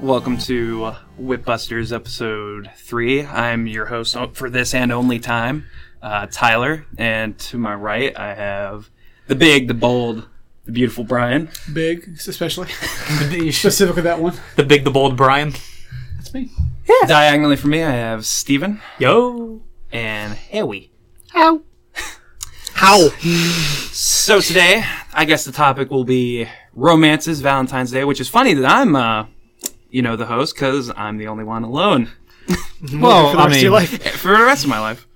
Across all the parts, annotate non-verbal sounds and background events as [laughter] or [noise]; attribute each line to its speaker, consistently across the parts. Speaker 1: Welcome to uh, Whipbusters episode three. I'm your host oh, for this and only time, uh, Tyler, and to my right I have the big, the bold, the beautiful Brian.
Speaker 2: Big, especially [laughs]
Speaker 3: the
Speaker 2: specifically that one.
Speaker 3: big, the bold Brian.
Speaker 2: That's me.
Speaker 1: Diagonally for me, I have Steven
Speaker 3: Yo.
Speaker 1: and Howie.
Speaker 3: How?
Speaker 1: So today, I guess the topic will be romances, Valentine's Day, which is funny that I'm, uh, you know, the host because I'm the only one alone
Speaker 2: For
Speaker 3: Well,
Speaker 2: the rest
Speaker 3: I
Speaker 2: of
Speaker 3: mean,
Speaker 2: your life.
Speaker 1: for the rest of my life.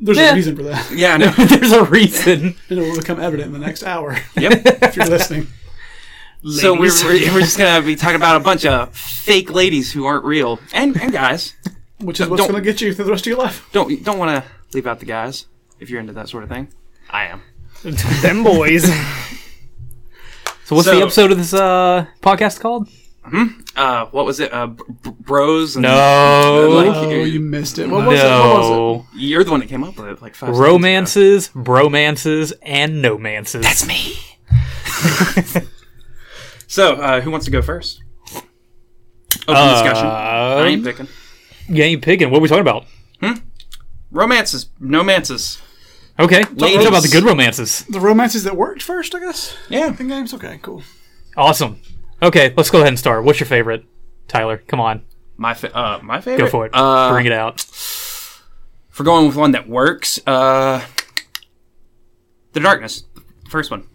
Speaker 2: There's
Speaker 1: Yeah.
Speaker 2: a reason for that.
Speaker 1: Yeah, I [laughs] know.
Speaker 3: there's a reason.
Speaker 2: And it will become evident in the next hour [laughs]
Speaker 1: yep.
Speaker 2: if you're listening.
Speaker 1: [laughs] So we're,
Speaker 3: Ladies.
Speaker 1: we're, we're just gonna be talking about a bunch of fake ladies who aren't real, and and guys
Speaker 2: Which is what's
Speaker 1: Don't-
Speaker 2: going to get you through the rest of your
Speaker 3: [laughs]
Speaker 2: life.
Speaker 1: don't don't want to leave out the guys if you're into that sort of thing. I am. [laughs]
Speaker 3: Them boys. So what's
Speaker 1: So-
Speaker 3: the episode of this uh, podcast called?
Speaker 1: Uh, what was it? Uh, b- b- bros. And
Speaker 3: No.
Speaker 2: Oh,
Speaker 1: you-
Speaker 2: you missed it.
Speaker 3: uh,
Speaker 2: What was it? What was
Speaker 3: No.
Speaker 1: You're the one that came up with it, like five. seconds
Speaker 3: Romances, bromances, and nomances. That's me.
Speaker 1: ago. So uh, who wants to go first? Open
Speaker 3: Uh,
Speaker 1: discussion. I
Speaker 3: um,
Speaker 1: ain't picking.
Speaker 3: You ain't picking. What are we talking about?
Speaker 1: Romances, romances.
Speaker 3: Okay. Let's
Speaker 1: Ladies.
Speaker 3: talk about the good romances.
Speaker 2: it? The romances that worked first, I guess?
Speaker 1: Yeah.
Speaker 2: In games? Okay, cool.
Speaker 3: Awesome. Okay, let's go ahead and start. What's your favorite? Tyler, come on.
Speaker 1: My fa- uh, my favorite.
Speaker 3: Go for it.
Speaker 1: Uh,
Speaker 3: Bring it out.
Speaker 1: for going with one that works. Uh, the darkness, first one.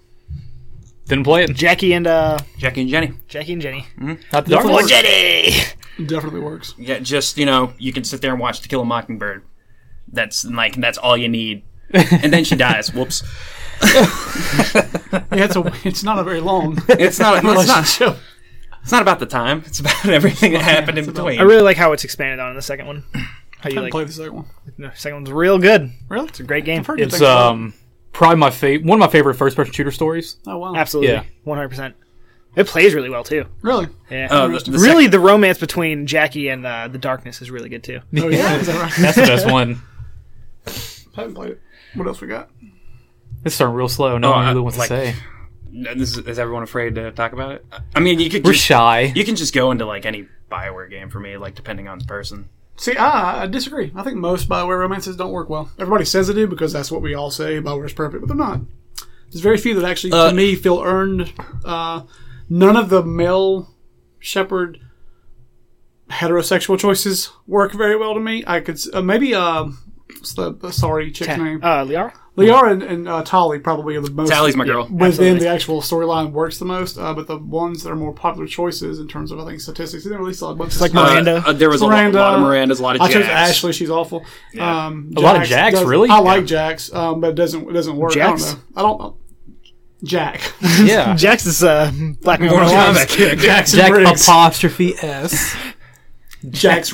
Speaker 3: Didn't play it.
Speaker 4: Jackie and uh
Speaker 1: Jackie and Jenny.
Speaker 4: Jackie and Jenny.
Speaker 3: Not the
Speaker 2: Definitely
Speaker 3: darkness.
Speaker 2: works.
Speaker 4: Jenny.
Speaker 2: It definitely works.
Speaker 1: Yeah, just you know, you can sit there and watch To Kill a Mockingbird. That's like that's all you need. And then she dies. Whoops.
Speaker 2: Yeah, it's, a, [laughs] it's not a very
Speaker 3: [laughs]
Speaker 2: long [laughs]
Speaker 1: It's not. It's not.
Speaker 2: relationship.
Speaker 1: It's not about the time. It's about everything that happened in between.
Speaker 4: I really like how it's expanded on in the second one. How you
Speaker 2: I
Speaker 4: like
Speaker 2: play the second one.
Speaker 4: the second one's real good.
Speaker 2: Really?
Speaker 4: It's a great game.
Speaker 2: Pretty good
Speaker 3: [laughs] It's
Speaker 2: thing about
Speaker 3: um probably my favorite one of my favorite first person shooter stories.
Speaker 2: it. Oh, wow.
Speaker 4: Absolutely.
Speaker 3: yeah.
Speaker 4: One hundred percent. It plays really well too. [laughs]
Speaker 2: Really?
Speaker 4: Yeah.
Speaker 1: Uh, the- the
Speaker 4: really the romance between Jackie and uh, the darkness is really good too.
Speaker 2: Oh, yeah. Is that right? [laughs]
Speaker 3: That's
Speaker 1: [laughs]
Speaker 3: the best one.
Speaker 2: haven't played it. What else we got?
Speaker 3: It's starting real slow. No
Speaker 1: Oh,
Speaker 3: one
Speaker 1: I-
Speaker 3: really wants
Speaker 1: like-
Speaker 3: to say.
Speaker 1: Is, is everyone afraid to talk about it? I mean, you could.
Speaker 3: We're
Speaker 1: just-
Speaker 3: shy.
Speaker 1: You can just go into like any Bioware game for me, like depending on the person.
Speaker 2: See, I, I disagree. I think most Bioware romances don't work well. Everybody says they do because that's what we all say. Bioware's perfect, but they're not. There's very few that actually,
Speaker 1: Uh,
Speaker 2: to me, feel earned. Uh, none of the male shepherd heterosexual choices work very well to me. I could s- uh, maybe uh, what's the uh, sorry chick's name?
Speaker 4: Uh Liara?
Speaker 2: Liara and, and uh, Tali probably are the most
Speaker 1: Sally's my girl.
Speaker 2: within
Speaker 4: Absolutely.
Speaker 2: the actual storyline works the most. Uh, but the ones that are more popular choices in terms of I think statistics, they released a bunch of
Speaker 4: like
Speaker 2: stuff.
Speaker 1: Uh,
Speaker 4: Miranda.
Speaker 1: uh, there was
Speaker 2: Miranda.
Speaker 1: a lot, lot of Miranda's, a lot of.
Speaker 2: I chose
Speaker 1: Jacks.
Speaker 2: Ashley. She's awful.
Speaker 1: Yeah.
Speaker 2: Um,
Speaker 3: A lot of Jax,
Speaker 2: does-
Speaker 3: really?
Speaker 2: I like Jax, um, but it doesn't it doesn't work.
Speaker 4: Jax?
Speaker 2: I don't know. I don't. Jack.
Speaker 3: Yeah.
Speaker 4: Jax is uh black
Speaker 1: Mortal Kombat
Speaker 4: Kombat.
Speaker 1: kick.
Speaker 2: Jackson
Speaker 3: Jack
Speaker 2: Riggs.
Speaker 3: apostrophe S.
Speaker 2: Jax.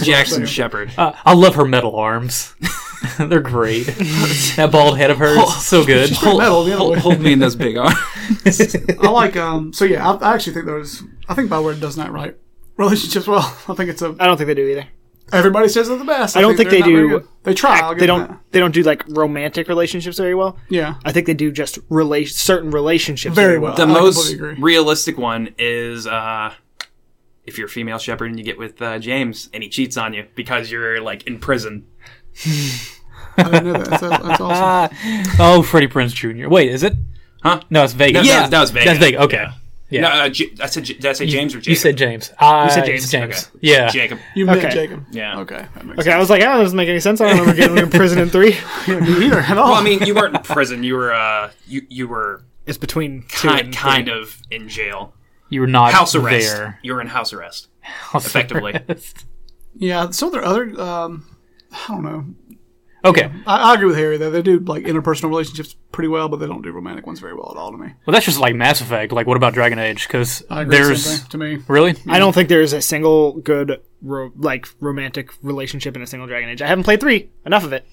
Speaker 1: Jackson
Speaker 2: is what I'm
Speaker 1: Jackson
Speaker 2: saying.
Speaker 1: Shepard.
Speaker 3: Uh, I love her metal arms. [laughs] They're great. that bald head of hers, so good.
Speaker 2: Pretty metal, the other
Speaker 1: Hold,
Speaker 2: way.
Speaker 1: hold me in those big arms.
Speaker 2: I like. Um. So yeah, I, I actually think there's. I think Bioware does not write relationships well. [laughs] I think it's a.
Speaker 4: I don't think they do either.
Speaker 2: Everybody says they're the best. I,
Speaker 4: don't think
Speaker 2: they're
Speaker 4: they
Speaker 2: not very
Speaker 4: do-
Speaker 2: good. They try. I'll give
Speaker 4: They
Speaker 2: them
Speaker 4: don't
Speaker 2: that.
Speaker 4: they don't do like romantic relationships very well.
Speaker 2: Yeah.
Speaker 4: I think they do just rela- certain relationships
Speaker 2: Very well.
Speaker 1: the
Speaker 2: I
Speaker 1: most
Speaker 2: completely agree.
Speaker 1: realistic one is uh, if you're a female shepherd and you get with uh, James and he cheats on you because you're like in prison.
Speaker 2: I didn't know that. That's, that's awesome.
Speaker 3: [laughs] Oh, Freddie Prince Jr. Wait, is it?
Speaker 1: Huh?
Speaker 3: No, it's Vegas.
Speaker 1: No, that was- that was Vega.
Speaker 3: That's Vegas. Okay.
Speaker 1: No, uh, J- I said J- did I say James or Jacob?
Speaker 3: You said James.
Speaker 2: Uh,
Speaker 3: I
Speaker 4: said
Speaker 3: it's
Speaker 4: James.
Speaker 3: James.
Speaker 1: Okay.
Speaker 3: Yeah.
Speaker 1: Jacob.
Speaker 2: You met
Speaker 4: Okay.
Speaker 2: Jacob.
Speaker 1: Yeah.
Speaker 2: Okay. That makes
Speaker 4: Okay, I was like, ah, that doesn't make any sense. I don't remember getting in prison in [laughs] three.
Speaker 2: sense. Me either at all.
Speaker 1: Well, I mean, you weren't in prison. You were uh, you you were
Speaker 4: It's between two
Speaker 1: kind
Speaker 4: and
Speaker 1: kind of in jail,
Speaker 3: You were not
Speaker 1: house arrest.
Speaker 3: there.
Speaker 1: You were in house arrest.
Speaker 3: House
Speaker 1: Effectively.
Speaker 3: arrest.
Speaker 2: yeah. So there are other. Um. I don't know.
Speaker 3: Okay.
Speaker 2: I, I agree with Harry though. They do like interpersonal relationships pretty well, but they don't do romantic ones very well at all to me.
Speaker 3: Well, that's just like Mass Effect. Like, what about Dragon Age? Because
Speaker 2: I agree
Speaker 3: there's
Speaker 2: same thing to me.
Speaker 3: really
Speaker 4: I don't think there is a single good ro- like romantic relationship in a single Dragon Age. I haven't played three, enough of it.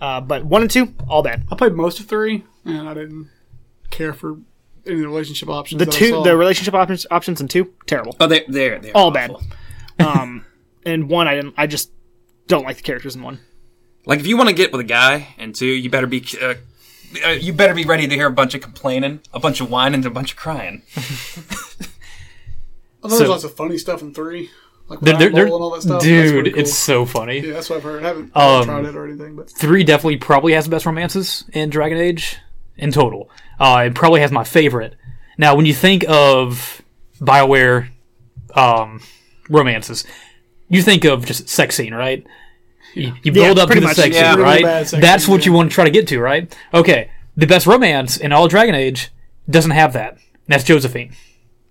Speaker 4: Uh, but one and two, all bad.
Speaker 2: I played most of three, and I didn't care for any of the relationship options.
Speaker 4: The
Speaker 2: that I
Speaker 4: two,
Speaker 2: saw.
Speaker 4: the relationship options options in two, terrible,
Speaker 1: Oh, they they they
Speaker 4: all bad. [laughs] Um, and one, I didn't. I just don't like the characters in one.
Speaker 1: Like if you want to get with a guy, and two, you better be. Uh, uh, you better be ready to hear a bunch of complaining, a bunch of whining, and a bunch of crying.
Speaker 2: I know
Speaker 3: So-
Speaker 2: there's lots of funny stuff in three, like
Speaker 3: They're- they're-
Speaker 2: Rock Bowl and all that stuff. That's
Speaker 3: Dude,
Speaker 2: pretty cool.
Speaker 3: it's so funny.
Speaker 2: yeah, that's what I've heard. I haven't
Speaker 3: Um,
Speaker 2: tried it or anything, but
Speaker 3: Three definitely probably has the best romances in Dragon Age in total. Uh, it probably has my favorite. Now, when you think of Bioware um, romances, you think of just sex scene, right? You, you
Speaker 4: Yeah,
Speaker 3: build up to
Speaker 4: pretty
Speaker 3: the
Speaker 4: much.
Speaker 3: sex
Speaker 5: Yeah.
Speaker 3: scene,
Speaker 5: Really
Speaker 3: right?
Speaker 2: bad sex
Speaker 3: That's
Speaker 2: scene,
Speaker 3: what
Speaker 2: yeah.
Speaker 3: you want to try to get to, right? Okay, the best romance in all Dragon Age doesn't have that. And that's Josephine.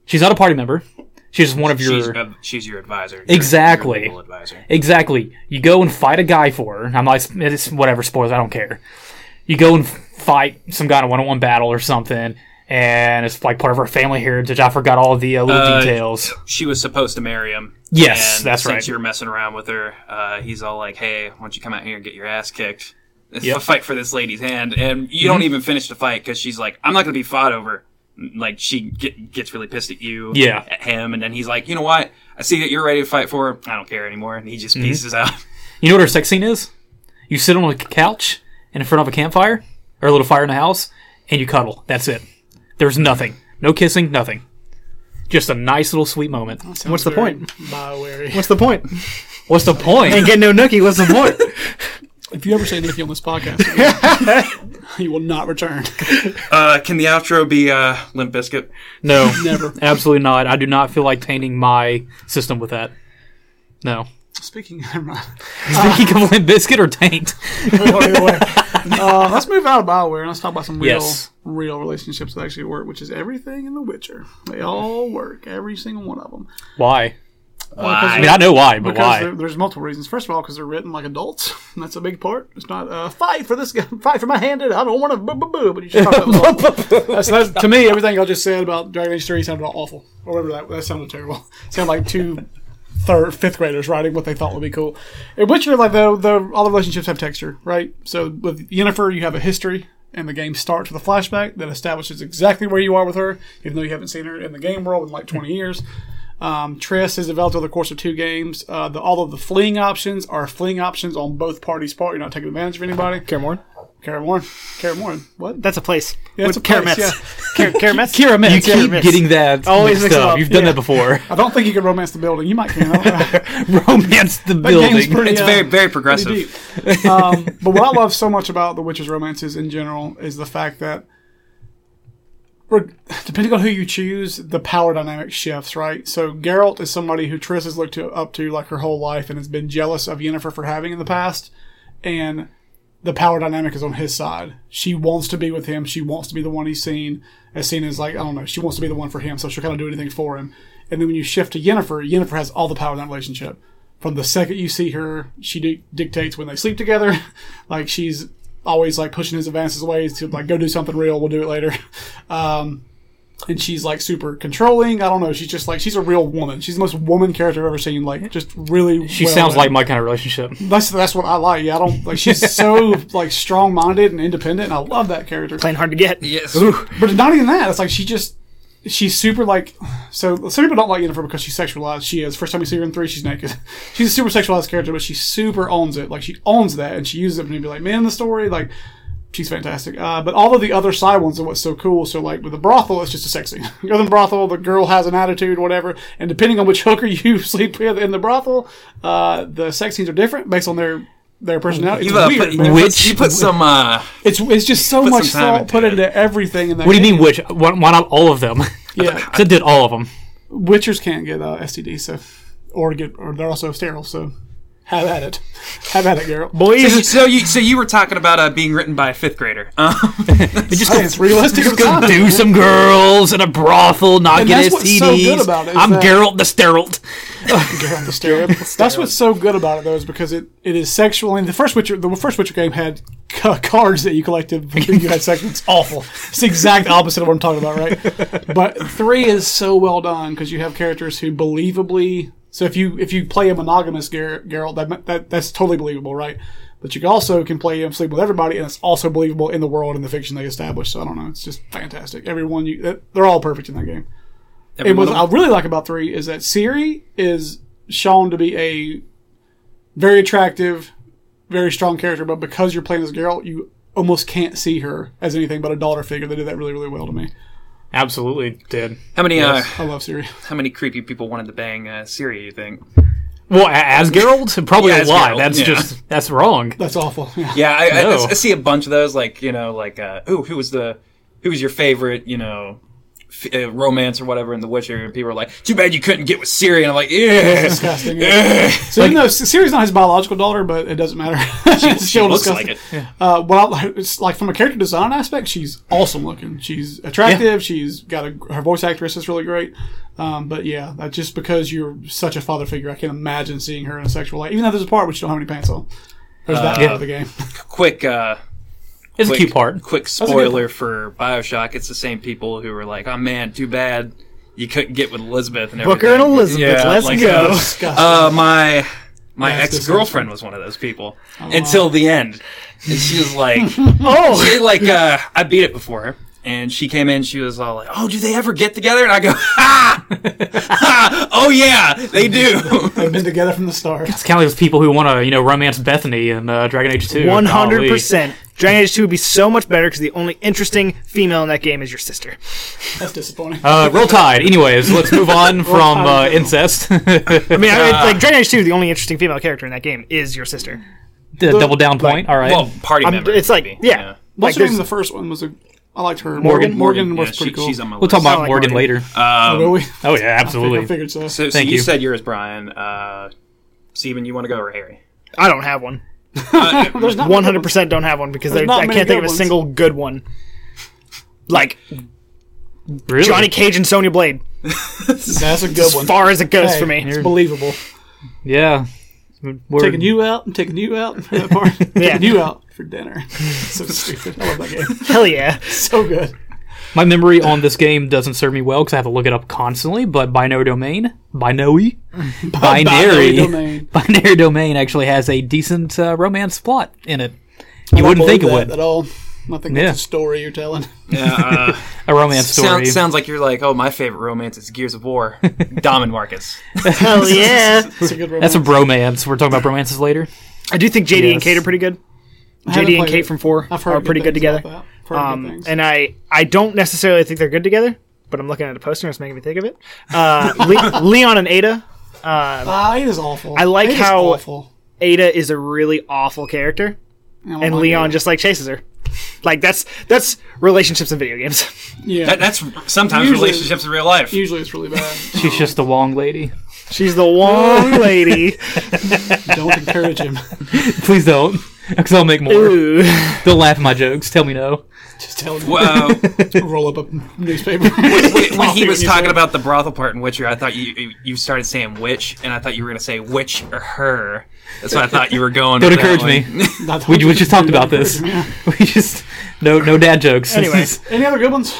Speaker 3: She's not a party member. She's just one of your
Speaker 1: She's, uh, she's your advisor. Your-
Speaker 3: Exactly.
Speaker 1: Your legal advisor.
Speaker 3: Exactly. You go and fight a guy for her. I'm like, it's whatever, spoilers, I don't care. You go and fight some guy in a one on one battle or something, and it's like part of her family heritage. I forgot all the uh, little
Speaker 5: Uh,
Speaker 3: details.
Speaker 5: She was supposed to marry him.
Speaker 3: Yes,
Speaker 5: and
Speaker 3: that's
Speaker 5: since
Speaker 3: right.
Speaker 5: you're messing around with her, uh, he's all like, "Hey, why don't you come out here and get your ass kicked? It's
Speaker 3: Yep. Mm-hmm.
Speaker 5: a fight for this lady's hand." And you don't even finish the fight because she's like, "I'm not going to be fought over." Mm, Like she get, gets really pissed at you,
Speaker 3: Yeah.
Speaker 5: at him, and then he's like, "You know what? I see that you're ready to fight for. Her. I don't care anymore." And he just
Speaker 3: Mm-hmm.
Speaker 5: pieces out.
Speaker 3: You know what her sex scene is? You sit on a couch in front of a campfire or a little fire in the house, and you cuddle. That's it. There's nothing. No kissing, nothing. Just a nice little sweet moment.
Speaker 4: What's the point?
Speaker 2: Bioware.
Speaker 4: What's the point?
Speaker 3: What's the
Speaker 4: [laughs] Ain't
Speaker 3: point?
Speaker 4: getting no nookie. What's the point?
Speaker 2: If you ever say Nikki on this podcast, again,
Speaker 3: [laughs]
Speaker 2: you will not return.
Speaker 5: Uh, can the outro be uh, Limp Biscuit?
Speaker 3: No,
Speaker 2: Never.
Speaker 3: absolutely not. I do not feel like tainting my system with that. [laughs] No.
Speaker 2: Speaking, [laughs] never mind.
Speaker 3: Speaking of Limp Biscuit or Taint, [laughs]
Speaker 2: Uh, let's move out of Bioware and let's talk about some real,
Speaker 3: Yes.
Speaker 2: real relationships that actually work, which is everything in The Witcher. They all work, every single one of them.
Speaker 3: why?
Speaker 5: Why?
Speaker 3: I mean, I know why, but
Speaker 2: Because
Speaker 3: why?
Speaker 2: there, there's multiple reasons. First of all, because they're written like adults. [laughs] And that's a big part. It's not uh, fight for this guy, fight for my hand. and I don't want to boo boo boo. But you should
Speaker 3: [laughs]
Speaker 2: talk about that's, that's, to me everything y'all just said about Dragon Age Three sounded awful. Or whatever that that sounded terrible. [laughs] sounded like two third fifth graders writing what they thought would be cool. In Witcher, like though, the all the relationships have texture, right? So with Yennefer, you have a history. And the game starts with a flashback that establishes exactly where you are with her, even though you haven't seen her in the game world in like 20 years. Um, Triss is developed over the course of two games. Uh, the, all of the fleeing options are fleeing options on both parties' part. You're not taking advantage of anybody.
Speaker 4: Care more?
Speaker 2: Karen Warren. Karen Warren. What?
Speaker 4: That's a place.
Speaker 2: Yeah, it's
Speaker 4: With
Speaker 2: a place,
Speaker 4: Karamets.
Speaker 2: yeah.
Speaker 4: [laughs]
Speaker 3: [laughs]
Speaker 4: Kar- Karamets?
Speaker 3: You
Speaker 4: Karamets,
Speaker 3: keep
Speaker 4: Karamets.
Speaker 3: getting that
Speaker 4: Always
Speaker 3: mixed
Speaker 4: mix 'em
Speaker 3: up.
Speaker 4: up,
Speaker 3: You've done
Speaker 4: yeah.
Speaker 3: that before.
Speaker 2: [laughs]
Speaker 3: [laughs]
Speaker 2: I don't think you can romance the building. You might can. I don't know.
Speaker 3: Romance the
Speaker 2: game's
Speaker 3: building.
Speaker 2: pretty- uh,
Speaker 5: It's
Speaker 2: Yeah.
Speaker 5: very, very progressive.
Speaker 2: pretty deep. um, but what I love so much about The Witcher's romances in general is the fact that, reg- depending on who you choose, the power dynamic shifts, right? So Geralt is somebody who Triss has looked to, up to like her whole life and has been jealous of Yennefer for having in the past, and the power dynamic is on his side. She wants to be with him. She wants to be the one he's seen. As seen as like I don't know, she wants to be the one for him, so she'll kind of do anything for him. And then when you shift to Yennefer, Yennefer has all the power in that relationship from the second you see her, she di- dictates when they sleep together. [laughs] like she's always like pushing his advances away to like go do something real. We'll do it later. [laughs] Um, and she's like super controlling. I don't know. She's just like she's a real woman. She's the most woman character I've ever seen. Like just really.
Speaker 3: She
Speaker 2: well uh,
Speaker 3: sounds
Speaker 2: done.
Speaker 3: like my kind of relationship.
Speaker 2: that's that's what I like. Yeah, I don't like she's so like strong minded and independent. And I love that character.
Speaker 4: Plain hard to get.
Speaker 1: Yes.
Speaker 2: But not even that. It's like she just she's super like so some people don't like Yennefer because she's sexualized. She is. First time you see her in three, she's naked. [laughs] she's a super sexualized character, but she super owns it. Like she owns that and she uses it to be like, man, the story, like she's fantastic. Uh, but all of the other side ones are what's so cool. So like with the brothel, it's just a sex scene. [laughs] You go to the brothel, the girl has an attitude, whatever, and depending on which [laughs] hooker you sleep with in the brothel, uh, the sex scenes are different based on their their personality. It's
Speaker 5: You've, uh,
Speaker 2: weird,
Speaker 5: put-
Speaker 2: man.
Speaker 3: Which-
Speaker 5: you put some. Uh,
Speaker 2: It's it's just so
Speaker 5: put
Speaker 2: much
Speaker 5: some time
Speaker 2: thought put
Speaker 5: into it.
Speaker 2: into everything. In that
Speaker 3: What do you mean, which? Why, why not all of them?
Speaker 2: Yeah.
Speaker 3: Sid did all of them.
Speaker 2: Witchers can't get uh, STD, so or get or they're also sterile. So have at it, [laughs] have at it, Geralt.
Speaker 4: Boys.
Speaker 5: so you, so you were talking about uh, being written by a fifth grader.
Speaker 1: Uh-huh.
Speaker 5: Um,
Speaker 3: They just
Speaker 2: Hey, it's realistic.
Speaker 3: go, go do some girls in a brothel, not
Speaker 2: And
Speaker 3: get
Speaker 2: that's what's
Speaker 3: STDs.
Speaker 2: so good about it is
Speaker 3: I'm
Speaker 2: that-
Speaker 3: Geralt the Sterile.
Speaker 2: [laughs] Geralt the sterile. That's what's so good about it, though, is because it, it is sexual. And the first Witcher, the first Witcher game had c- cards that you collected before you had sex. It's awful. It's the exact opposite of what I'm talking about, right? But three is so well done because you have characters who believably. So if you if you play a monogamous Ger- Geralt, that, that that's totally believable, right? But you also can play him sleep with everybody, and it's also believable in the world and the fiction they established. So I don't know, it's just fantastic. Everyone, you that- they're all perfect in that game. And what I really like about three is that Siri is shown to be a very attractive, very strong character, but because you're playing as Geralt, you almost can't see her as anything but a daughter figure. They did that really, really well to me.
Speaker 3: Absolutely did.
Speaker 1: How many uh,
Speaker 2: I love Siri. [laughs]
Speaker 1: how many creepy people wanted to bang uh, Siri? You think?
Speaker 3: Well, a- as [laughs] Geralt, probably
Speaker 1: Yeah,
Speaker 3: a
Speaker 1: as
Speaker 3: lie.
Speaker 1: Geralt,
Speaker 3: That's
Speaker 1: yeah.
Speaker 3: just that's wrong.
Speaker 2: That's awful. Yeah.
Speaker 1: Yeah, I, I-
Speaker 3: No.
Speaker 1: I, see a bunch of those. Like you know, like uh, ooh, who was the who was your favorite? You know. f- uh, Romance or whatever in The Witcher, and people are like, "Too bad you couldn't get with Siri." And I'm
Speaker 5: [laughs]
Speaker 1: like, "Yeah,
Speaker 2: Disgusting.
Speaker 1: [laughs]
Speaker 2: So even though Siri's not his biological daughter, but it doesn't matter.
Speaker 1: Eh.
Speaker 2: [laughs]
Speaker 1: she
Speaker 2: She'll
Speaker 1: looks
Speaker 2: discuss
Speaker 1: like it."
Speaker 2: Uh, well, it's like from a character design aspect, she's awesome looking. She's attractive. She's got a her voice actress is really great. Um, but yeah, that just because you're such a father figure, I can't imagine seeing her in a sexual light. Even though there's a part where she don't have any pants on. There's
Speaker 1: Uh,
Speaker 2: that part
Speaker 3: yeah.
Speaker 2: of the game.
Speaker 1: Quick, uh,
Speaker 3: It's
Speaker 1: quick,
Speaker 3: a cute part.
Speaker 1: Quick
Speaker 2: a good
Speaker 1: spoiler for Bioshock. It's the same people who were like, "Oh man, too bad you couldn't get with Elizabeth and everything."
Speaker 4: Booker and Elizabeth, let's
Speaker 1: like,
Speaker 4: go.
Speaker 1: uh, [laughs] Uh, my my
Speaker 2: That's
Speaker 1: ex girlfriend was one of those people until the end. And she was like,
Speaker 4: [laughs] oh,
Speaker 1: she, like uh, I beat it before her, and she came in. She was all like, "Oh, do they ever get together?" And I go, [laughs] "Ha! ha! Oh yeah, they
Speaker 4: [laughs]
Speaker 1: do."
Speaker 2: [laughs] They've been together from the start.
Speaker 1: [laughs]
Speaker 3: It's kind of like those people who want to, you know, romance Bethany in uh, Dragon Age Two.
Speaker 4: One hundred percent. Dragon Age Two would be so much better because the only interesting female in that game is your sister.
Speaker 2: That's disappointing.
Speaker 3: Uh, roll tide. Anyways, let's
Speaker 4: [laughs]
Speaker 3: move on from uh,
Speaker 2: Tide.
Speaker 3: incest. [laughs]
Speaker 4: I mean, I, like Dragon Age Two, the only interesting female character in that game is your sister.
Speaker 3: The double down point. All right.
Speaker 1: well, party
Speaker 4: I'm-
Speaker 1: member.
Speaker 4: it's like,
Speaker 1: maybe.
Speaker 4: yeah.
Speaker 2: What's
Speaker 4: Like,
Speaker 2: her name? in
Speaker 4: there's,
Speaker 2: The first one was a. I liked her.
Speaker 3: Morgan.
Speaker 2: Morgan, was
Speaker 1: yeah,
Speaker 2: pretty
Speaker 1: she-
Speaker 2: cool.
Speaker 1: She's on my
Speaker 3: we'll talk
Speaker 1: list.
Speaker 3: about
Speaker 4: like
Speaker 3: Morgan
Speaker 4: Morgan.
Speaker 3: later.
Speaker 2: Oh, really?
Speaker 3: oh yeah,
Speaker 2: I
Speaker 3: absolutely.
Speaker 2: figured so.
Speaker 1: So, so
Speaker 3: Thank
Speaker 1: you.
Speaker 3: you.
Speaker 1: said yours, Brian. Uh, Steven, you want to go or Harry?
Speaker 4: I don't have one.
Speaker 1: Uh,
Speaker 2: There's not
Speaker 4: One hundred percent don't have one because there-
Speaker 2: There's not
Speaker 4: I
Speaker 2: many
Speaker 4: can't think of
Speaker 2: good
Speaker 4: a
Speaker 2: ones.
Speaker 4: single good one. Like
Speaker 3: Really?
Speaker 4: Johnny Cage and Sonya Blade,
Speaker 2: That's a good
Speaker 4: as
Speaker 2: one.
Speaker 4: far as it goes
Speaker 2: Hey,
Speaker 4: for me.
Speaker 2: It's believable.
Speaker 3: Yeah. We're-
Speaker 2: Taking you out. I'm taking you out. That part. Taking you out for dinner. [laughs] so stupid. I love that game.
Speaker 4: [laughs] Hell
Speaker 2: [laughs]
Speaker 4: yeah!
Speaker 2: So good.
Speaker 3: My memory on this game doesn't serve me well because I have to look it up constantly. But Binary Domain,
Speaker 4: [laughs]
Speaker 3: Binoe,
Speaker 2: Binary
Speaker 3: Binary,
Speaker 2: domain.
Speaker 3: [laughs] Binary Domain actually has a decent uh, romance plot in it. You wouldn't think it
Speaker 2: Believe that at
Speaker 3: would.
Speaker 2: all. I think
Speaker 3: Yeah.
Speaker 2: that's a story you're telling. [laughs]
Speaker 1: Yeah. [laughs] Uh,
Speaker 3: A romance story.
Speaker 1: Sounds sounds like you're like, oh, my favorite romance is Gears of
Speaker 3: [laughs]
Speaker 1: War, Dom and Marcus.
Speaker 4: Hell yeah!
Speaker 2: It's a good romance.
Speaker 3: That's a bromance. We're talking about bromances later.
Speaker 4: I do think JD and
Speaker 3: Yes.
Speaker 4: Kate are pretty good.
Speaker 2: I haven't
Speaker 4: JD and
Speaker 2: played
Speaker 4: Kate
Speaker 2: it.
Speaker 4: from Four
Speaker 2: I've heard
Speaker 4: are pretty good
Speaker 2: things about
Speaker 4: together.
Speaker 2: that. I've heard good
Speaker 4: Um,
Speaker 2: things.
Speaker 4: and I, I don't necessarily think they're good together, but I'm looking at a poster and it's making me think of it. Uh, Le- [laughs] Leon and Ada.
Speaker 2: Ah, it is awful.
Speaker 4: I like
Speaker 2: It is
Speaker 4: how-
Speaker 2: awful.
Speaker 4: Ada is a really awful character,
Speaker 2: I don't
Speaker 4: and
Speaker 2: like
Speaker 4: Leon
Speaker 2: it.
Speaker 4: just like chases her. Like that's that's relationships in video games. [laughs]
Speaker 2: yeah.
Speaker 1: That, that's sometimes
Speaker 2: Usually-
Speaker 1: relationships in real life.
Speaker 2: Usually it's really bad.
Speaker 3: She's just a long lady. [laughs]
Speaker 4: She's the one lady.
Speaker 2: Don't encourage him. [laughs]
Speaker 3: Please don't, [laughs] because I'll make more.
Speaker 4: Ooh.
Speaker 3: They'll laugh at my jokes. Tell me no.
Speaker 2: Just tell
Speaker 1: [laughs]
Speaker 2: him
Speaker 1: Well,
Speaker 2: to roll up a newspaper.
Speaker 1: when, when he was talking about the brothel part in Witcher, I thought you you- you started saying witch, and I thought you were gonna say witch or her. That's what I thought you were going.
Speaker 3: Don't
Speaker 1: with that
Speaker 3: encourage
Speaker 1: one.
Speaker 3: me. [laughs]
Speaker 2: Not-
Speaker 3: We, we just talked about
Speaker 2: Don't
Speaker 3: this.
Speaker 2: encourage him,
Speaker 3: We just no no dad jokes. This
Speaker 4: Anyway.
Speaker 3: is-
Speaker 2: yeah. Any other good ones?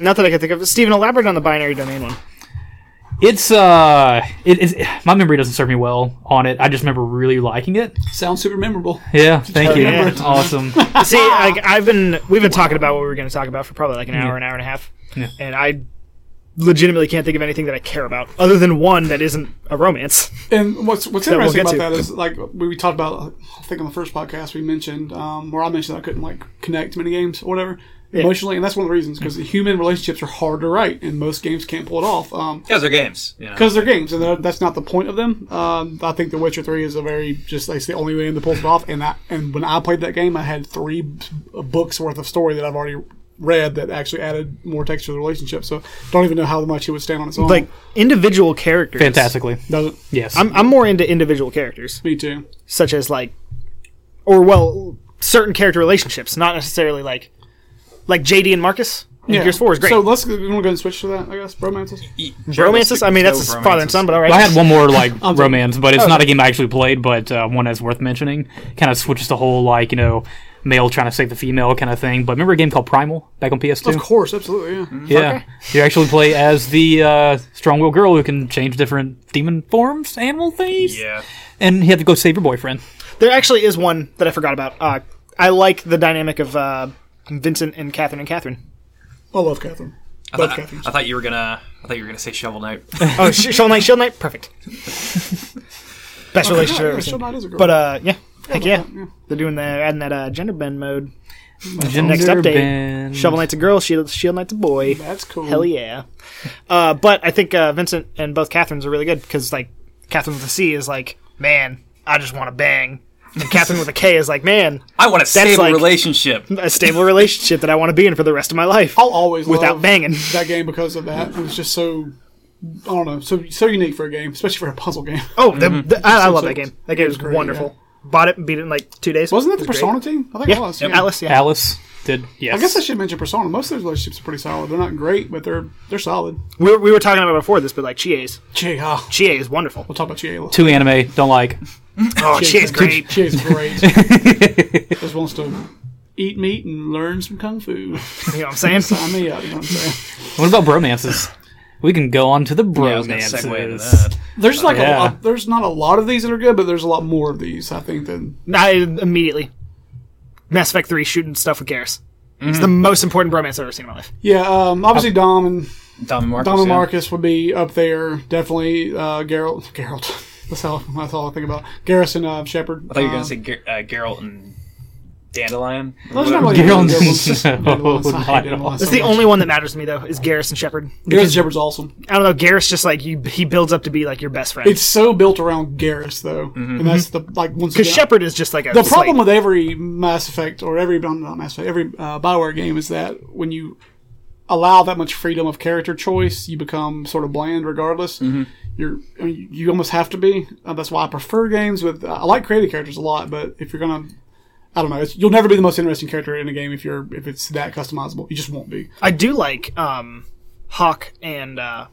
Speaker 4: Not that I can think of. Stephen, elaborate on the binary domain one.
Speaker 3: [laughs] It's uh, it is my memory doesn't serve me well on it. I just remember really liking it.
Speaker 2: Sounds super memorable.
Speaker 3: Yeah, thank you.
Speaker 4: Oh, yeah. [laughs]
Speaker 3: Awesome.
Speaker 4: See, like I've been, we've been talking about what we were going to talk about for probably like an hour, an hour and a half, and I legitimately can't think of anything that I care about other than one that isn't a romance.
Speaker 2: And what's what's
Speaker 4: we'll
Speaker 2: interesting
Speaker 4: get
Speaker 2: about that is like we, we talked about I think on the first podcast we mentioned um, where I mentioned I couldn't like connect many games or whatever emotionally, and that's one of the reasons because human relationships are hard to write, and most games can't pull it off. Um,
Speaker 1: Those are games. You know.
Speaker 2: because they're games, and they're, that's not the point of them. Um, I think The Witcher Three is a very just it's the only way that pulls it off. And I, and when I played that game, I had three b- uh, books worth of story that I've already read that actually added more texture to the relationship. So don't even know how much it would stand on its own.
Speaker 4: Like individual characters,
Speaker 3: Fantastically,
Speaker 2: doesn't
Speaker 3: yes.
Speaker 4: I'm I'm more into individual characters,
Speaker 2: me too.
Speaker 4: such as like, or well, certain character relationships, not necessarily like, like JD and Marcus. And Gears Four is great.
Speaker 2: So let's we want to go ahead and switch to that. I guess romances.
Speaker 1: Y-
Speaker 4: romances, I mean,
Speaker 1: Go
Speaker 4: that's father and son, but all right.
Speaker 3: Well, I had one more
Speaker 2: [laughs]
Speaker 3: like romance, but
Speaker 2: Oh.
Speaker 3: it's not a game I actually played, but uh, one that's worth mentioning. Kind of switches the whole like you know male trying to save the female kind of thing. But remember a game called Primal back on PS2?
Speaker 2: Of course, absolutely. Yeah.
Speaker 4: Mm-hmm.
Speaker 3: yeah, you actually play as the uh, strong-willed girl who can change different demon forms, animal things,
Speaker 1: Yeah.
Speaker 3: and you have to go save your boyfriend.
Speaker 4: There actually is one that I forgot about. Uh, I like the dynamic of uh, Vincent and Catherine and
Speaker 2: [laughs]
Speaker 4: Catherine.
Speaker 2: I love Catherine.
Speaker 1: I
Speaker 2: Both
Speaker 1: thought,
Speaker 2: Catherines.
Speaker 1: I thought you were gonna. I thought you were gonna say Shovel [laughs] Knight.
Speaker 4: Oh, Sh- Shovel Knight, Shield Knight, perfect. Best relationship I've
Speaker 2: Yeah, Shovel
Speaker 4: ever seen.
Speaker 2: Knight is a girl.
Speaker 4: But uh, yeah, heck yeah, they're doing the adding that uh, gender bend mode.
Speaker 3: Gender
Speaker 4: Next update.
Speaker 3: bend.
Speaker 4: Shovel Knight's a girl. Shield, Shield Knight's a boy.
Speaker 2: That's cool.
Speaker 4: Hell yeah. Uh, but I think uh, Vincent and both Catherines are really good because like Catherine with a C is like, man, I just want to bang. [laughs] And Catherine with a K is like, man,
Speaker 1: I want a stable
Speaker 4: like-
Speaker 1: relationship.
Speaker 4: a stable relationship that I want to be in for the rest of my life
Speaker 2: I'll always
Speaker 4: without
Speaker 2: love
Speaker 4: banging.
Speaker 2: that game because of that. It was just so I don't know, so so unique for a game, especially for a puzzle [laughs] game.
Speaker 4: Oh, the, the- I, I love
Speaker 2: so-
Speaker 4: that game. That game is
Speaker 2: great,
Speaker 4: wonderful. Bought it and beat it in like two days.
Speaker 2: Wasn't that
Speaker 4: It
Speaker 2: the
Speaker 4: was
Speaker 2: Persona team? I think
Speaker 4: great.
Speaker 2: it was.
Speaker 4: Yeah.
Speaker 2: yeah.
Speaker 4: Atlas. Yeah.
Speaker 3: Alice did. Yes.
Speaker 2: I guess I should mention Persona. Most of those relationships are pretty solid. They're not great, but they're they're solid.
Speaker 4: We were, we were talking about it before this, but like Chie's.
Speaker 2: Chie, ah,
Speaker 4: Chie is wonderful.
Speaker 2: we'll talk about Chie. later.
Speaker 3: two anime. Don't like.
Speaker 4: Oh, Chie is great.
Speaker 2: Chie's great.
Speaker 4: [laughs]
Speaker 2: Just wants to eat meat and learn some kung fu.
Speaker 4: You know what I'm saying?
Speaker 2: Sign me up. You know what I'm saying?
Speaker 3: What about bromances? We can go on to the
Speaker 1: I was gonna
Speaker 3: bromances.
Speaker 1: segue into that. [laughs]
Speaker 2: There's like
Speaker 3: Yeah.
Speaker 2: a lot, there's not a lot of these that are good, but there's a lot more of these I think than
Speaker 4: I immediately. Mass Effect 3 shooting stuff with Garrus. It's
Speaker 1: Mm-hmm.
Speaker 4: the most important bromance I've ever seen in my life.
Speaker 2: yeah. Um, obviously Dom and
Speaker 1: Dom and Marcus.
Speaker 2: Dom and
Speaker 1: yeah.
Speaker 2: Marcus would be up there definitely. Uh, Geralt, Geralt. [laughs] That's all. That's all I think about. Garrison uh, Shepard.
Speaker 1: I thought you were gonna say Ger- uh, Geralt and Dandelion.
Speaker 2: Those are not really
Speaker 3: Geralt-
Speaker 2: good ones. [laughs] Just
Speaker 3: no,
Speaker 2: good ones. I
Speaker 3: not
Speaker 2: hate
Speaker 3: at all.
Speaker 2: Dandelion so
Speaker 4: That's the
Speaker 2: much.
Speaker 4: only one that matters to me though is Garrus and Shepard.
Speaker 2: Garrison Shepard's awesome.
Speaker 4: I don't know. Garrus just like you, he builds up to be like your best friend.
Speaker 2: It's so built around Garrus though,
Speaker 1: Mm-hmm.
Speaker 2: and that's the like once
Speaker 4: Because
Speaker 2: again.
Speaker 4: Shepard is just like a
Speaker 2: the problem
Speaker 4: slave.
Speaker 2: with every Mass Effect or every no, not Mass Effect, every uh, Bioware game is that when you allow that much freedom of character choice, you become sort of bland regardless. You're I mean, you almost have to be. Uh, that's why I prefer games with. uh, I like creative characters a lot, but if you're gonna I don't know. It's, you'll never be the most interesting character in a game if you're if it's that customizable. You just won't be.
Speaker 4: I do like um, Hawk and uh,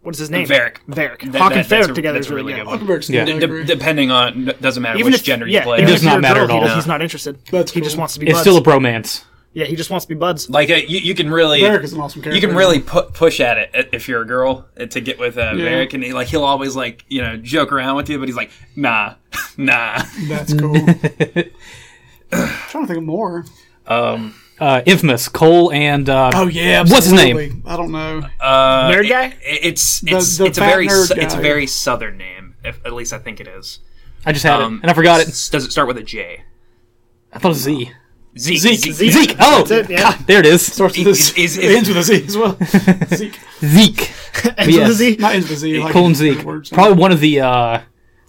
Speaker 4: what is his name?
Speaker 1: Varric.
Speaker 4: Varric.
Speaker 1: That- that-
Speaker 4: Hawk and
Speaker 1: that's
Speaker 4: Varric
Speaker 1: a-
Speaker 4: together
Speaker 1: that's
Speaker 4: is
Speaker 1: a
Speaker 4: really, good.
Speaker 1: one.
Speaker 2: Berg's
Speaker 3: Yeah.
Speaker 2: good, [laughs] I
Speaker 1: De-
Speaker 2: agree.
Speaker 1: depending on d- doesn't matter
Speaker 4: Even
Speaker 1: which
Speaker 4: if,
Speaker 1: gender
Speaker 4: yeah,
Speaker 1: you play.
Speaker 4: even
Speaker 3: does
Speaker 4: if
Speaker 3: not
Speaker 4: you're a
Speaker 3: matter
Speaker 4: girl,
Speaker 3: at
Speaker 4: he does-
Speaker 3: all.
Speaker 4: He's not interested.
Speaker 2: That's
Speaker 4: he just
Speaker 2: cool.
Speaker 4: wants to be.
Speaker 3: It's
Speaker 4: buds.
Speaker 3: still a bromance.
Speaker 4: yeah. He just wants to be buds.
Speaker 1: like uh, you, you can really
Speaker 2: Varric is an awesome character.
Speaker 1: you can really pu- push at it i- if you're a girl uh, to get with uh,
Speaker 2: Yeah.
Speaker 1: Varric, and he, like he'll always like you know joke around with you, but he's like nah, [laughs] nah.
Speaker 2: That's [laughs] cool. I'm trying to think of more.
Speaker 1: Um,
Speaker 3: Uh, infamous Cole and uh,
Speaker 2: Oh yeah,
Speaker 3: What's his name?
Speaker 2: absolutely. I don't know.
Speaker 1: uh,
Speaker 4: Nerd
Speaker 1: it-
Speaker 4: guy?
Speaker 1: [laughs] it-
Speaker 4: [laughs]
Speaker 1: it's it's
Speaker 2: the
Speaker 1: it's a
Speaker 2: fat
Speaker 1: very su-
Speaker 2: nerd
Speaker 1: it's a
Speaker 2: guy.
Speaker 1: very southern name. If, at least I think it is.
Speaker 3: I just had
Speaker 1: Um,
Speaker 3: it and I forgot it.
Speaker 1: s- Does it start with a J?
Speaker 3: I thought it was Z.
Speaker 1: Zeke.
Speaker 3: Zeke.
Speaker 1: Zeke.
Speaker 3: Zeke. Oh,
Speaker 4: That's it, yeah.
Speaker 3: God, there it is.
Speaker 2: Starts with a
Speaker 1: Is-
Speaker 2: Z.
Speaker 1: is-
Speaker 2: [laughs] it ends with a Z as
Speaker 3: [laughs]
Speaker 2: well. Zeke.
Speaker 3: Zeke.
Speaker 4: Ends with a
Speaker 1: [laughs]
Speaker 3: Yes.
Speaker 4: Z.
Speaker 2: Not ends with a Z. Like
Speaker 3: Cole and
Speaker 2: it's
Speaker 3: Zeke.
Speaker 2: words.
Speaker 3: Probably one of the uh,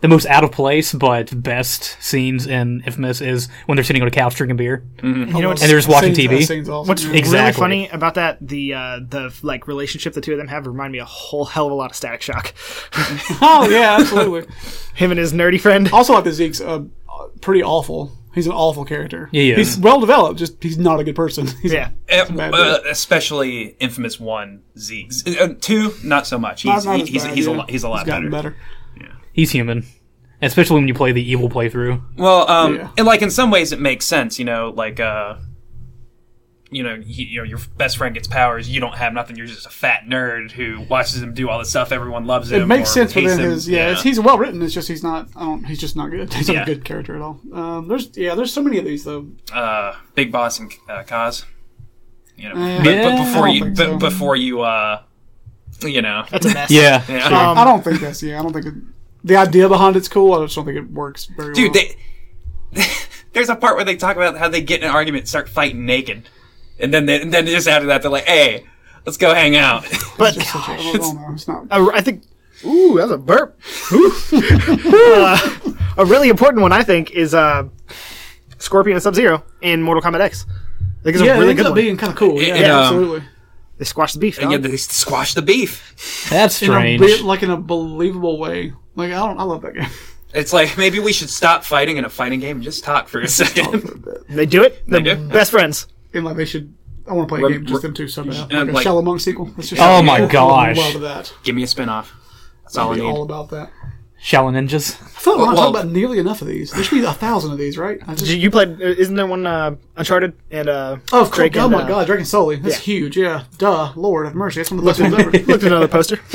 Speaker 3: the most out of place but best scenes in Infamous is when they're sitting on a couch drinking beer.
Speaker 4: You know what's
Speaker 3: And they're just watching
Speaker 2: Scene's- that
Speaker 3: TV.
Speaker 2: scene's awesome,
Speaker 4: What's
Speaker 2: yeah.
Speaker 4: really
Speaker 3: Exactly.
Speaker 4: funny about that the uh, the like relationship the two of them have remind me a whole hell of a lot of Static Shock.
Speaker 2: oh yeah, absolutely. [laughs]
Speaker 4: Him and his nerdy friend.
Speaker 2: also, like the Zeke's uh, uh, pretty awful. He's an awful character.
Speaker 3: Yeah, he is.
Speaker 2: He's well developed. Just he's not a good person. [laughs] He's
Speaker 4: Yeah,
Speaker 1: Uh,
Speaker 2: bad
Speaker 1: uh, especially infamous one Zeke. Z- uh, two, not so much.
Speaker 2: not-
Speaker 1: He's
Speaker 2: not as
Speaker 1: he- he's,
Speaker 2: bad,
Speaker 1: he's, a,
Speaker 2: yeah.
Speaker 1: lo- he's a lot better.
Speaker 2: gotten better.
Speaker 3: He's human, especially when you play the evil playthrough.
Speaker 1: Well, um,
Speaker 2: Yeah.
Speaker 1: and like in some ways it makes sense. You know, like uh, you know, he, you know, your best friend gets powers. You don't have nothing. You're just a fat nerd who watches him do all this stuff. Everyone loves him.
Speaker 2: It makes
Speaker 1: or
Speaker 2: sense
Speaker 1: hates
Speaker 2: within
Speaker 1: him.
Speaker 2: his. Yeah, It's, he's well written. It's just he's not. I don't. He's just not good. He's not
Speaker 1: Yeah.
Speaker 2: a good character at all. Um, there's yeah. There's so many of these though.
Speaker 1: uh, Big Boss and uh, Kaz. You know,
Speaker 2: Eh,
Speaker 1: but,
Speaker 3: Yeah,
Speaker 1: but
Speaker 3: I
Speaker 1: before
Speaker 2: don't
Speaker 1: you,
Speaker 2: think
Speaker 1: but
Speaker 2: so.
Speaker 1: before you, uh, you know, [laughs]
Speaker 4: that's a mess.
Speaker 3: Yeah.
Speaker 1: yeah.
Speaker 4: [laughs] Um,
Speaker 2: I don't think that's yeah. I don't think it, the idea behind it's cool. I just don't think it works very well.
Speaker 1: dude, they, [laughs] there's a part where they talk about how they get in an argument, and start fighting naked, and then they, and then just after that they're like, hey, let's go hang out. [laughs]
Speaker 4: but
Speaker 2: Such a- I don't, I don't know. It's not.
Speaker 4: a- I think. Ooh, that's a burp. Ooh. [laughs] Uh, a really important one, I think, is uh, Scorpion and Sub Zero in Mortal Kombat X. I think it's a really good one.
Speaker 2: kind of cool.
Speaker 1: yeah, um,
Speaker 2: absolutely.
Speaker 4: they squash the beef.
Speaker 1: and yeah,
Speaker 4: dog.
Speaker 1: they squash the beef.
Speaker 3: That's
Speaker 2: In a
Speaker 3: strange.
Speaker 2: bit, like in a believable way. Like I don't. I love that game. [laughs]
Speaker 1: It's like maybe we should stop fighting in a fighting game and just talk for a second. [laughs]
Speaker 4: They do it. They're
Speaker 1: do.
Speaker 4: best friends.
Speaker 2: And like they should. I want to play a
Speaker 1: Rem-
Speaker 2: game just them two so
Speaker 1: and,
Speaker 2: bad. Like a
Speaker 1: uh, like-
Speaker 2: Shallow Monk sequel. That's just
Speaker 3: Oh my
Speaker 2: I would
Speaker 3: gosh.
Speaker 2: Love that.
Speaker 1: Give me a spinoff. That's all Oh, I
Speaker 2: I'd be all
Speaker 1: need.
Speaker 2: about that.
Speaker 3: Shallow ninjas.
Speaker 2: I feel like we're not
Speaker 1: Well-
Speaker 2: talking about nearly enough of these. There should be a thousand of these, right? I just,
Speaker 4: You- You played? Isn't there one uh, Uncharted and uh,
Speaker 2: oh, of course.
Speaker 4: Drake
Speaker 2: Oh
Speaker 4: and,
Speaker 2: my
Speaker 4: uh,
Speaker 2: god, Drake and Sully. That's
Speaker 4: yeah.
Speaker 2: huge. Yeah. Duh. Lord have mercy. That's one of
Speaker 4: [laughs]
Speaker 2: the best ones ever.
Speaker 4: looked at another poster.
Speaker 2: [laughs]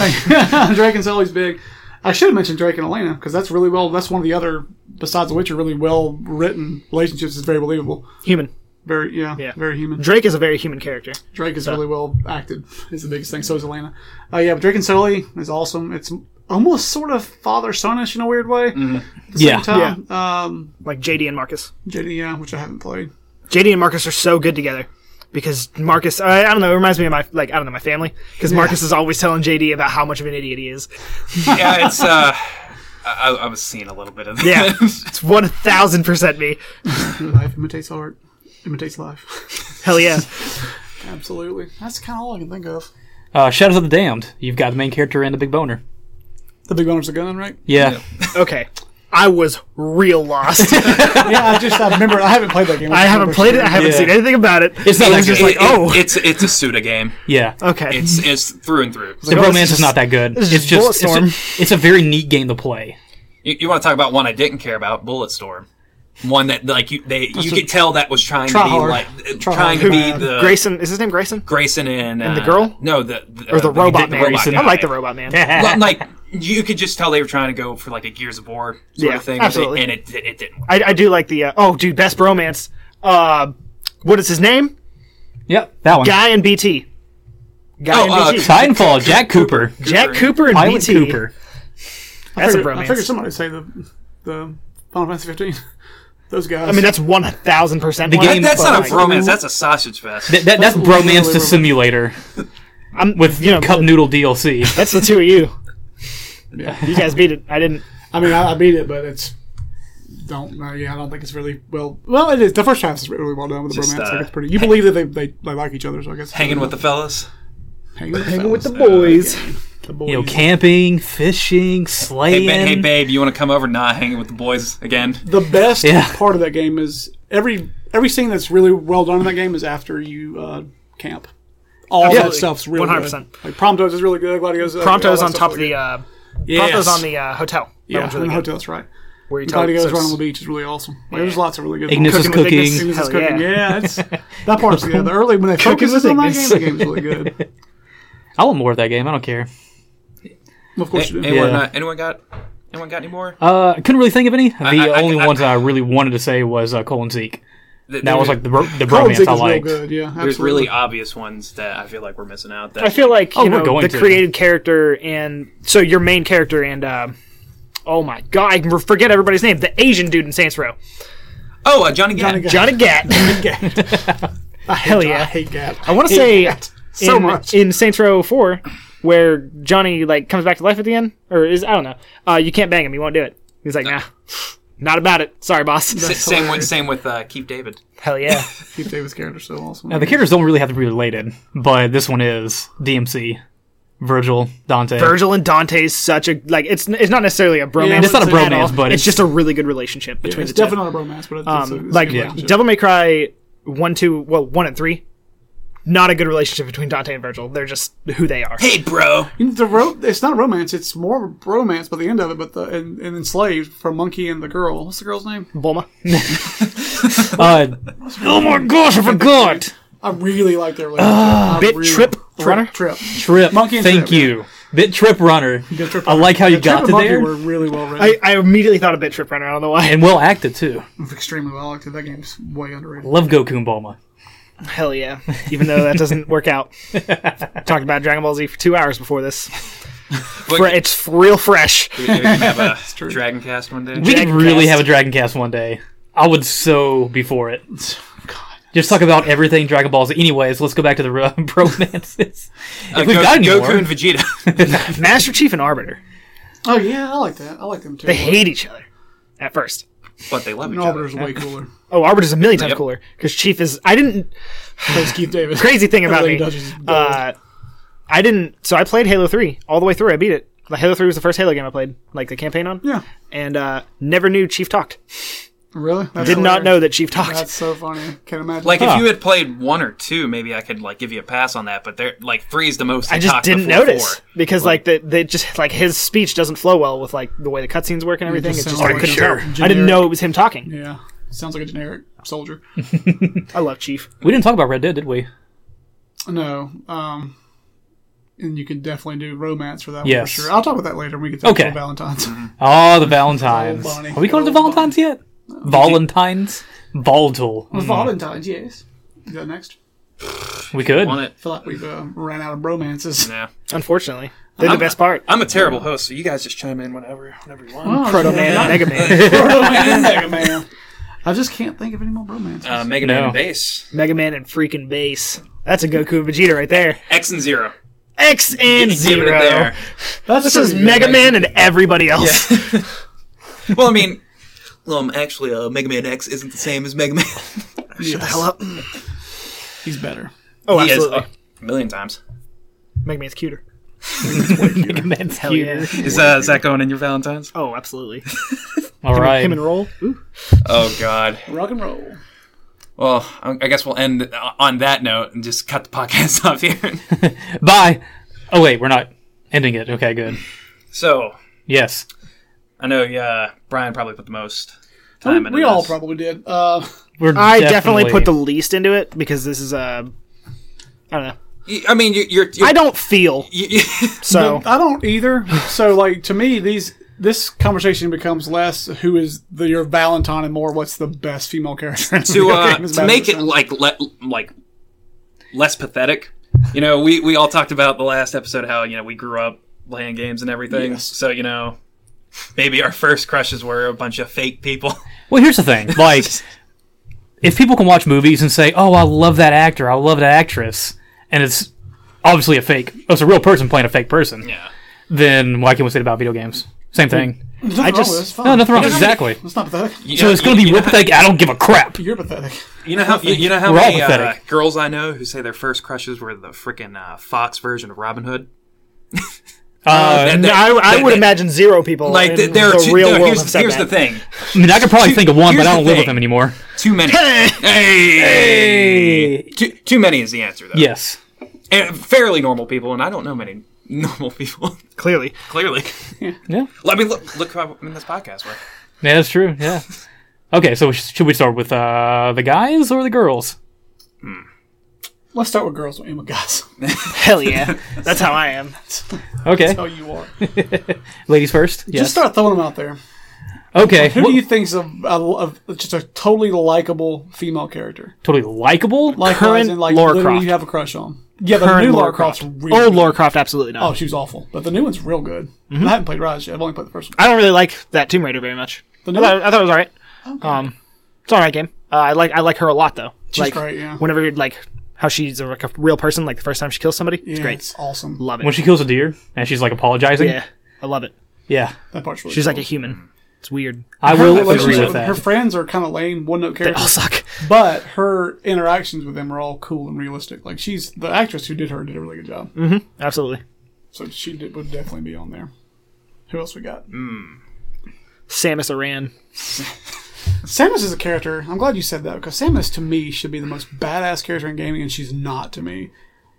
Speaker 2: Drake and Sully's big. I should have mentioned Drake and Elena because that's really well. That's one of the other, besides The Witcher, really well written relationships. is very believable.
Speaker 4: Human.
Speaker 2: Very yeah,
Speaker 4: Yeah.
Speaker 2: very human.
Speaker 4: Drake is a very human character.
Speaker 2: Drake is really well acted. Is the biggest thing. So is Elena. Uh, yeah, but Drake and Sully is awesome. It's almost sort of father sonish in a weird way.
Speaker 3: Yeah.
Speaker 2: Tom, um,
Speaker 4: Like JD and Marcus.
Speaker 2: JD, yeah, which I haven't played.
Speaker 4: JD and Marcus are so good together because Marcus, I, I don't know, it reminds me of my like I don't know my family because Marcus is always telling JD about how much of an idiot he is.
Speaker 1: yeah, it's uh, I, I was seeing a little bit of that. [laughs]
Speaker 4: Yeah, it's one thousand percent me.
Speaker 2: Life imitates art, imitates life. [laughs]
Speaker 4: Hell yeah.
Speaker 2: Absolutely. That's kind of all I can think of.
Speaker 3: Uh, Shadows of the Damned. You've got the main character and the big boner.
Speaker 2: The big boner's a gun, right?
Speaker 3: Yeah.
Speaker 4: Okay, I was real lost.
Speaker 2: [laughs] yeah, I just I remember I haven't played that game.
Speaker 4: I haven't played it. I haven't
Speaker 3: Yeah.
Speaker 4: seen anything about it.
Speaker 3: It's not
Speaker 4: I
Speaker 3: like
Speaker 4: was just
Speaker 1: It-
Speaker 4: like,
Speaker 1: it-
Speaker 4: oh,
Speaker 1: it's it's a Suda game.
Speaker 3: Yeah.
Speaker 4: okay.
Speaker 1: It's it's through and through.
Speaker 3: the
Speaker 4: oh, this
Speaker 3: romance
Speaker 4: is
Speaker 3: is not that good.
Speaker 4: this is
Speaker 3: It's
Speaker 4: just
Speaker 3: just it's a, it's a very neat game to play.
Speaker 1: You, you want to talk about one I didn't care about? Bulletstorm. One that like you they you
Speaker 2: a-
Speaker 1: could tell that was trying to
Speaker 2: Try
Speaker 1: be
Speaker 2: hard.
Speaker 1: like uh,
Speaker 2: Try
Speaker 1: trying to
Speaker 2: hard.
Speaker 1: be
Speaker 2: Who-
Speaker 1: the
Speaker 4: Grayson. Is his name Grayson
Speaker 1: Grayson and,
Speaker 4: the
Speaker 1: uh,
Speaker 4: girl?
Speaker 1: No, the, Uh, the
Speaker 4: or the robot man?
Speaker 3: Grayson.
Speaker 4: I like the
Speaker 1: robot.
Speaker 4: robot man.
Speaker 1: Well, like you could just tell they were trying to go for like a Gears of War sort
Speaker 4: Yeah,
Speaker 1: of thing,
Speaker 4: absolutely.
Speaker 1: and it it didn't. Work.
Speaker 4: I, I do like the uh, oh dude best bromance. Uh, what is his name?
Speaker 3: Yep, that one.
Speaker 4: Guy and BT. Guy
Speaker 1: Oh, uh,
Speaker 4: and BT.
Speaker 3: Titanfall, Jack Cooper,
Speaker 4: Jack Cooper and
Speaker 3: Pilot
Speaker 4: BT.
Speaker 3: Cooper.
Speaker 4: That's
Speaker 2: I
Speaker 4: a
Speaker 2: figured, I
Speaker 4: bromance.
Speaker 2: figured somebody would say the the Final Fantasy 15. [laughs] Those guys.
Speaker 4: I mean that's one thousand percent.
Speaker 3: The
Speaker 4: one.
Speaker 3: game-
Speaker 1: That's
Speaker 4: But,
Speaker 1: not
Speaker 4: like,
Speaker 1: a romance. That's a sausage fest.
Speaker 3: That, that, that's bromance
Speaker 2: literally
Speaker 3: to
Speaker 2: romance.
Speaker 3: simulator
Speaker 4: I'm,
Speaker 3: with
Speaker 4: you know
Speaker 3: cup noodle DLC.
Speaker 4: that's the two
Speaker 3: [laughs]
Speaker 4: of you.
Speaker 2: Yeah.
Speaker 4: You guys beat it. I didn't.
Speaker 2: I mean, I, I beat it, but it's don't know. Yeah, I don't think it's really well. Well, it is the first time it's really well done with the
Speaker 1: Just,
Speaker 2: romance. like
Speaker 1: uh,
Speaker 2: it's pretty. You believe that they, they, they like each other, so I guess
Speaker 1: Hanging with the fellas.
Speaker 2: hanging with, hanging
Speaker 4: the boys.
Speaker 2: the boys.
Speaker 3: You know, camping, fishing, slaying.
Speaker 1: Hey, ba- hey, babe, you want to come over? Nah, hanging with the boys again.
Speaker 2: the best
Speaker 3: Yeah.
Speaker 2: part of that game is every every scene that's really well done in that game is after you uh, camp. All that
Speaker 4: Absolutely.
Speaker 2: stuff's really
Speaker 4: 100%.
Speaker 2: good. Like Promptos is really good. Gladio's uh, all
Speaker 4: Prompto's
Speaker 2: that
Speaker 4: on
Speaker 2: stuff's
Speaker 4: top of
Speaker 2: really
Speaker 4: the uh,
Speaker 2: good.
Speaker 4: Prompto's
Speaker 2: Yes.
Speaker 4: on the uh, hotel. That
Speaker 2: yeah,
Speaker 4: one's
Speaker 2: in
Speaker 4: really
Speaker 2: the
Speaker 4: good.
Speaker 2: hotel. That's right.
Speaker 4: Where you tell
Speaker 2: Gladio's
Speaker 4: so-
Speaker 2: running on the beach is really awesome. Like, There's lots of really good.
Speaker 3: Ignis
Speaker 2: ones.
Speaker 3: is
Speaker 4: Cooking with
Speaker 3: cooking.
Speaker 4: Ignis.
Speaker 2: Ignis is
Speaker 4: Hell
Speaker 2: cooking.
Speaker 4: yeah.
Speaker 2: Yeah, it's, that part's good. The early when they
Speaker 4: Cooking
Speaker 2: focus
Speaker 4: with
Speaker 2: on that game,
Speaker 4: Ignis.
Speaker 2: the game's really good.
Speaker 3: I want more of that game. I don't care.
Speaker 2: Of course you do.
Speaker 1: anyone,
Speaker 3: Yeah.
Speaker 1: uh, anyone got? Anyone got any more?
Speaker 3: Uh, I couldn't really think of any. The
Speaker 1: I- I-
Speaker 3: only
Speaker 1: I-
Speaker 3: ones that I really wanted to say was uh, Cole and Zeke.
Speaker 1: Th-
Speaker 3: That
Speaker 1: there-
Speaker 3: was like the, bro- the
Speaker 2: Colin
Speaker 3: bromance
Speaker 2: Zeke
Speaker 3: I
Speaker 2: is real
Speaker 3: liked.
Speaker 2: good. Yeah,
Speaker 1: there's
Speaker 2: absolutely.
Speaker 1: really obvious ones that I feel like we're missing out. That
Speaker 4: I feel like you
Speaker 3: Oh, we're
Speaker 4: know,
Speaker 3: going
Speaker 4: the
Speaker 3: to.
Speaker 4: created character and so your main character and uh, oh my god, I can forget everybody's name. The Asian dude in Saints Row,
Speaker 1: oh, uh, Johnny Gat.
Speaker 2: Johnny Gat.
Speaker 4: Johnny Gat. [laughs] Hell
Speaker 2: I
Speaker 4: yeah!
Speaker 2: hate Gap.
Speaker 4: I want to [laughs] say
Speaker 2: so
Speaker 4: in,
Speaker 2: much.
Speaker 4: in Saints Row Four, where Johnny like comes back to life at the end, or is I don't know. Uh, you can't bang him; he won't do it. He's like, nah, not about it. Sorry, boss. [laughs]
Speaker 1: S- Same with same with uh, Keith David.
Speaker 4: Hell yeah!
Speaker 2: Keith Davis character so awesome.
Speaker 3: Now, the characters don't really have to be related, but this one is DMC, Virgil, Dante.
Speaker 4: Virgil and Dante is such a like. It's it's not necessarily a bromance.
Speaker 2: Yeah, it's
Speaker 3: not a
Speaker 4: at all.
Speaker 3: bromance, but
Speaker 4: it's
Speaker 3: it's-
Speaker 4: just a really good relationship between
Speaker 2: it's
Speaker 4: the two.
Speaker 2: definitely not a romance, but it's, it's a- it's a
Speaker 4: Um, like
Speaker 2: good relationship.
Speaker 4: Devil May Cry one, two, well, one and three. Not a good relationship between Dante and Virgil. They're just who they are.
Speaker 1: Hey, bro.
Speaker 2: The ro- it's not romance. It's more romance by the end of it. But the and, and enslaved from Monkey and the girl. What's the girl's name?
Speaker 4: [laughs] Bulma.
Speaker 3: Uh, oh my gosh, I forgot!
Speaker 2: I really like their relationship. I
Speaker 4: Bit
Speaker 2: really-
Speaker 4: Trip Runner?
Speaker 2: Trip.
Speaker 3: Trip.
Speaker 2: Monkey and
Speaker 3: Thank
Speaker 2: Trip,
Speaker 3: you. Bit Trip Runner.
Speaker 2: Trip
Speaker 3: I like how you
Speaker 2: Trip
Speaker 3: got to
Speaker 2: and Monkey
Speaker 3: there.
Speaker 2: were really well written.
Speaker 4: I, I immediately thought of Bit Trip Runner. I don't know why.
Speaker 3: And well acted, too.
Speaker 2: Extremely well acted. That game's way underrated.
Speaker 3: Love Goku and Bulma.
Speaker 4: Hell yeah. Even though that doesn't
Speaker 2: [laughs]
Speaker 4: work out. Talked about Dragon Ball Z for two hours before this. Fre-
Speaker 1: Wait,
Speaker 4: it's real fresh.
Speaker 1: we we can
Speaker 4: [laughs]
Speaker 1: have a Dragon Cast one day.
Speaker 3: We could
Speaker 4: Dragon
Speaker 3: really
Speaker 4: Cast.
Speaker 3: have a Dragon Cast one day. I would so be for
Speaker 4: [laughs]
Speaker 3: it. Just talk about everything Dragon Balls. Anyways, let's go back to the [laughs] uh, bromances. If
Speaker 1: Uh,
Speaker 3: we've
Speaker 1: Go-
Speaker 3: got any
Speaker 1: Goku
Speaker 3: more.
Speaker 1: and Vegeta.
Speaker 4: [laughs] Master Chief and Arbiter.
Speaker 2: Oh yeah, I like that. I like them too.
Speaker 4: They hate each other at first.
Speaker 1: but they love each
Speaker 2: And
Speaker 1: other.
Speaker 2: Arbiter's way cooler.
Speaker 4: Oh, Arbiter's a million times
Speaker 1: Yep.
Speaker 4: cooler because Chief is. I didn't.
Speaker 2: Plays Keith Davis.
Speaker 4: [laughs] Crazy thing about
Speaker 2: Everything
Speaker 4: me.
Speaker 2: does is gold.
Speaker 4: Uh, I didn't. So I played Halo 3 all the way through. I beat it. Like, Halo 3 was the first Halo game I played, like the campaign on.
Speaker 2: yeah.
Speaker 4: and uh, never knew Chief talked.
Speaker 2: Really? That's
Speaker 4: Did not
Speaker 2: hilarious.
Speaker 4: know that Chief talked.
Speaker 2: That's so funny. Can't imagine.
Speaker 1: Like
Speaker 3: Huh.
Speaker 1: if you had played one or two, maybe I could like give you a pass on that. But they're like three is the most.
Speaker 4: I
Speaker 1: they
Speaker 4: just
Speaker 1: talked
Speaker 4: didn't
Speaker 1: before
Speaker 4: notice
Speaker 1: four.
Speaker 4: because like the, they just like his speech doesn't flow well with like the way the cutscenes work and everything.
Speaker 2: just
Speaker 4: It's just
Speaker 2: sounds
Speaker 4: I
Speaker 2: like
Speaker 4: couldn't
Speaker 2: sure.
Speaker 4: tell. I didn't know it was him talking.
Speaker 2: yeah. Sounds like a generic soldier.
Speaker 4: I love Chief.
Speaker 3: We didn't talk about Red Dead, did we?
Speaker 2: No. Um, and you can definitely do romance for that one
Speaker 3: Yes.
Speaker 2: for sure. I'll talk about that later when we get to
Speaker 3: Okay.
Speaker 2: the Valentine's.
Speaker 4: Mm-hmm.
Speaker 3: Oh,
Speaker 4: [laughs]
Speaker 3: the Valentines.
Speaker 2: Oh, Bonnie.
Speaker 3: Are we calling it the
Speaker 2: Oh, Bonnie.
Speaker 3: Valentines yet? Valentines? Volatile.
Speaker 2: [laughs] Valentine's, yes. Is that next?
Speaker 3: We could.
Speaker 1: Want it?
Speaker 2: I feel like we've uh, ran out of
Speaker 4: [laughs]
Speaker 2: romances.
Speaker 1: Nah.
Speaker 4: Unfortunately, they're the
Speaker 1: I'm-
Speaker 4: best part.
Speaker 1: I'm a terrible host, Uh,
Speaker 2: [laughs]
Speaker 1: so you guys just chime in whenever whenever you want.
Speaker 2: Oh,
Speaker 4: [laughs] Proto Man,
Speaker 2: yeah.
Speaker 4: Mega Man.
Speaker 2: Proto Man, Mega Man. I just can't think of any more bromances.
Speaker 1: Uh, Mega
Speaker 3: No.
Speaker 1: Man and Base.
Speaker 4: Mega Man and freaking base. That's a Goku and Vegeta right there.
Speaker 1: X and Zero.
Speaker 4: X and
Speaker 1: Give it
Speaker 4: zero. [laughs]
Speaker 1: there.
Speaker 2: That's
Speaker 4: This is
Speaker 2: pretty good.
Speaker 4: Mega Man and everybody else.
Speaker 1: [laughs]
Speaker 6: Well, I mean, um, actually, uh, Mega Man X isn't the same as Mega Man.
Speaker 4: Shut the hell up.
Speaker 2: He's better.
Speaker 4: Oh,
Speaker 1: He is,
Speaker 4: absolutely.
Speaker 1: uh, a million times.
Speaker 4: Mega Man's cuter.
Speaker 3: [laughs] Mega Man's
Speaker 4: Hell
Speaker 3: cute.
Speaker 4: yeah.
Speaker 1: Is, uh, is that going in your Valentine's?
Speaker 4: Oh, absolutely.
Speaker 3: All right.
Speaker 4: Him and Roll. Ooh.
Speaker 1: Oh God.
Speaker 2: Rock and roll.
Speaker 1: Well, I I guess we'll end on that note and just cut the podcast [laughs] off here.
Speaker 3: Bye. Oh wait, we're not ending it. Okay, good.
Speaker 1: So
Speaker 3: Yes.
Speaker 1: I know, yeah, Brian probably put the most time into
Speaker 2: we all
Speaker 1: this.
Speaker 2: probably did. Uh,
Speaker 3: We're
Speaker 4: I definitely, put the least into it because this is Uh, I don't know.
Speaker 1: Y- I mean, you're, you're, you're
Speaker 4: I don't feel
Speaker 1: you-
Speaker 4: so.
Speaker 2: I don't either. So, like to me, these this conversation becomes less who is the, your Valentine and more what's the best female character in a
Speaker 1: to
Speaker 3: [laughs]
Speaker 2: video
Speaker 1: uh,
Speaker 2: game is
Speaker 1: to
Speaker 2: better.
Speaker 1: make it like le- like less pathetic. You know, we we all talked about the last episode how you know we grew up playing games and everything.
Speaker 2: Yes.
Speaker 1: So you know, maybe our first crushes were a bunch of fake people.
Speaker 3: Well, here's the thing. [laughs]
Speaker 1: [laughs]
Speaker 3: Like,
Speaker 4: [laughs]
Speaker 3: if people can watch movies and say, "Oh, I love that actor. I love that actress," and it's obviously a fake. Oh, it's a real person playing a fake person.
Speaker 1: Yeah.
Speaker 3: Then why can't we say it about video games? Same thing.
Speaker 2: There's nothing
Speaker 4: I
Speaker 2: wrong with
Speaker 4: just-
Speaker 2: it. It's fine.
Speaker 3: No, nothing wrong. Exactly.
Speaker 2: It's not pathetic.
Speaker 1: You
Speaker 3: So
Speaker 1: know,
Speaker 3: it's going to
Speaker 1: you-
Speaker 3: be real pathetic. I don't give a crap.
Speaker 2: You're pathetic.
Speaker 1: You know how you, you know how
Speaker 3: We're all
Speaker 1: many uh,
Speaker 3: pathetic.
Speaker 1: girls I know who say their first crushes were the freaking uh, Fox version of Robin Hood.
Speaker 3: Uh,
Speaker 1: And
Speaker 4: No,
Speaker 1: that-
Speaker 4: I, I
Speaker 1: that-
Speaker 4: would
Speaker 1: that-
Speaker 4: imagine zero people
Speaker 1: like
Speaker 4: in
Speaker 1: th- there are
Speaker 4: the
Speaker 1: two,
Speaker 4: real
Speaker 1: no,
Speaker 4: world have
Speaker 1: here's,
Speaker 4: said
Speaker 1: here's the
Speaker 4: that.
Speaker 1: thing
Speaker 3: I mean, I could probably think of one,
Speaker 1: Here's
Speaker 3: but I
Speaker 1: the
Speaker 3: don't live with
Speaker 1: thing.
Speaker 3: them anymore.
Speaker 1: too many hey, Too, too many is the answer though
Speaker 3: Yes.
Speaker 1: and fairly normal people and i don't know many [laughs] normal people [laughs]
Speaker 4: Clearly,
Speaker 1: clearly
Speaker 3: Yeah.
Speaker 1: let me look look who i'm in this podcast with
Speaker 3: Yeah, that's true. Yeah. [laughs] Okay, so sh- should we start with uh, the guys or the girls?
Speaker 2: Let's start with girls. Don't end with [laughs] guys.
Speaker 1: [laughs]
Speaker 4: hell yeah. That's how I am.
Speaker 3: Okay,
Speaker 2: How you are.
Speaker 3: ladies first.
Speaker 2: Just
Speaker 3: Yes.
Speaker 2: start throwing them out there.
Speaker 3: Okay.
Speaker 2: Who
Speaker 3: Well,
Speaker 2: do you think's a, a, a just a totally likable female character?
Speaker 3: totally likable.
Speaker 2: Like
Speaker 4: Current
Speaker 2: as in, like,
Speaker 4: Lara
Speaker 2: literally
Speaker 4: Croft.
Speaker 2: You have a crush on. Yeah, the
Speaker 4: Current
Speaker 2: new Lara
Speaker 4: Lara
Speaker 2: Croft's
Speaker 4: Croft.
Speaker 2: really
Speaker 4: Old Oh, Lara Croft, absolutely not.
Speaker 2: Oh, she was awful, but the new one's real good. And I haven't played Rise yet. I've only played the first one.
Speaker 4: I don't really like that Tomb Raider very much.
Speaker 2: The
Speaker 4: I
Speaker 2: new
Speaker 4: thought,
Speaker 2: one,
Speaker 4: I thought it was all right. Um, it's all right game. Uh, I like I like her a lot though.
Speaker 2: she's
Speaker 4: like
Speaker 2: great. Yeah,
Speaker 4: whenever like how she's a, like a real person. Like the first time she kills somebody, it's
Speaker 2: Yeah,
Speaker 4: great.
Speaker 2: It's awesome.
Speaker 4: Love it.
Speaker 3: When she kills a deer and she's like apologizing.
Speaker 4: yeah, I love it.
Speaker 3: Yeah.
Speaker 2: That part's really.
Speaker 4: She's
Speaker 2: cool.
Speaker 4: like a human. It's weird.
Speaker 3: I
Speaker 2: Her
Speaker 3: will
Speaker 2: relationship
Speaker 3: agree with
Speaker 2: with
Speaker 3: that.
Speaker 2: Her friends are kind of lame, one note
Speaker 4: They all
Speaker 2: characters,
Speaker 4: suck. [laughs]
Speaker 2: but her interactions with them are all cool and realistic. Like she's the actress who did her did a really good job,
Speaker 4: Absolutely.
Speaker 2: so she did, would definitely be on there. Who else we got?
Speaker 4: Samus Aran.
Speaker 2: Samus is a character. I'm glad you said that because Samus to me should be the most badass character in gaming, and she's not to me.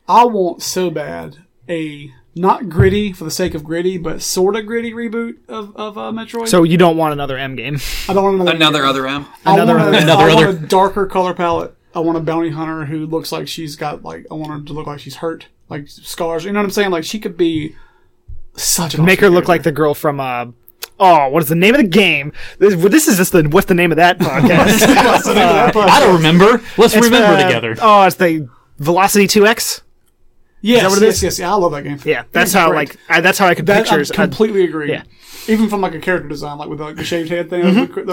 Speaker 2: I want so bad a not gritty for the sake of gritty, but sort of gritty reboot of of uh, Metroid.
Speaker 4: So you don't want another
Speaker 2: [laughs]
Speaker 4: M game.
Speaker 2: I don't want another
Speaker 6: Another other M.
Speaker 4: Another-
Speaker 2: I want a,
Speaker 3: another
Speaker 2: I want
Speaker 3: other-
Speaker 2: a darker color palette. I want a bounty hunter who looks like she's got like I want her to look like she's hurt, like scars. You know what I'm saying? Like she could be such an
Speaker 4: Make her look like the girl from uh Oh, what is the name of the game? This, this is just the what's the name of
Speaker 2: [laughs]
Speaker 4: that podcast? Uh,
Speaker 3: I don't remember. Let's
Speaker 4: It's,
Speaker 3: remember
Speaker 4: uh,
Speaker 3: together.
Speaker 4: Oh, it's the Velocity 2X.
Speaker 2: yes,
Speaker 4: what it
Speaker 2: yes,
Speaker 4: is?
Speaker 2: yes, yeah. I love that game.
Speaker 4: Yeah, that's
Speaker 2: It's
Speaker 4: how
Speaker 2: great.
Speaker 4: like I, that's how I could
Speaker 2: That,
Speaker 4: picture.
Speaker 2: I
Speaker 4: I,
Speaker 2: completely agree.
Speaker 4: yeah. Mm-hmm.
Speaker 2: Even from like a character design, like with like the shaved head thing.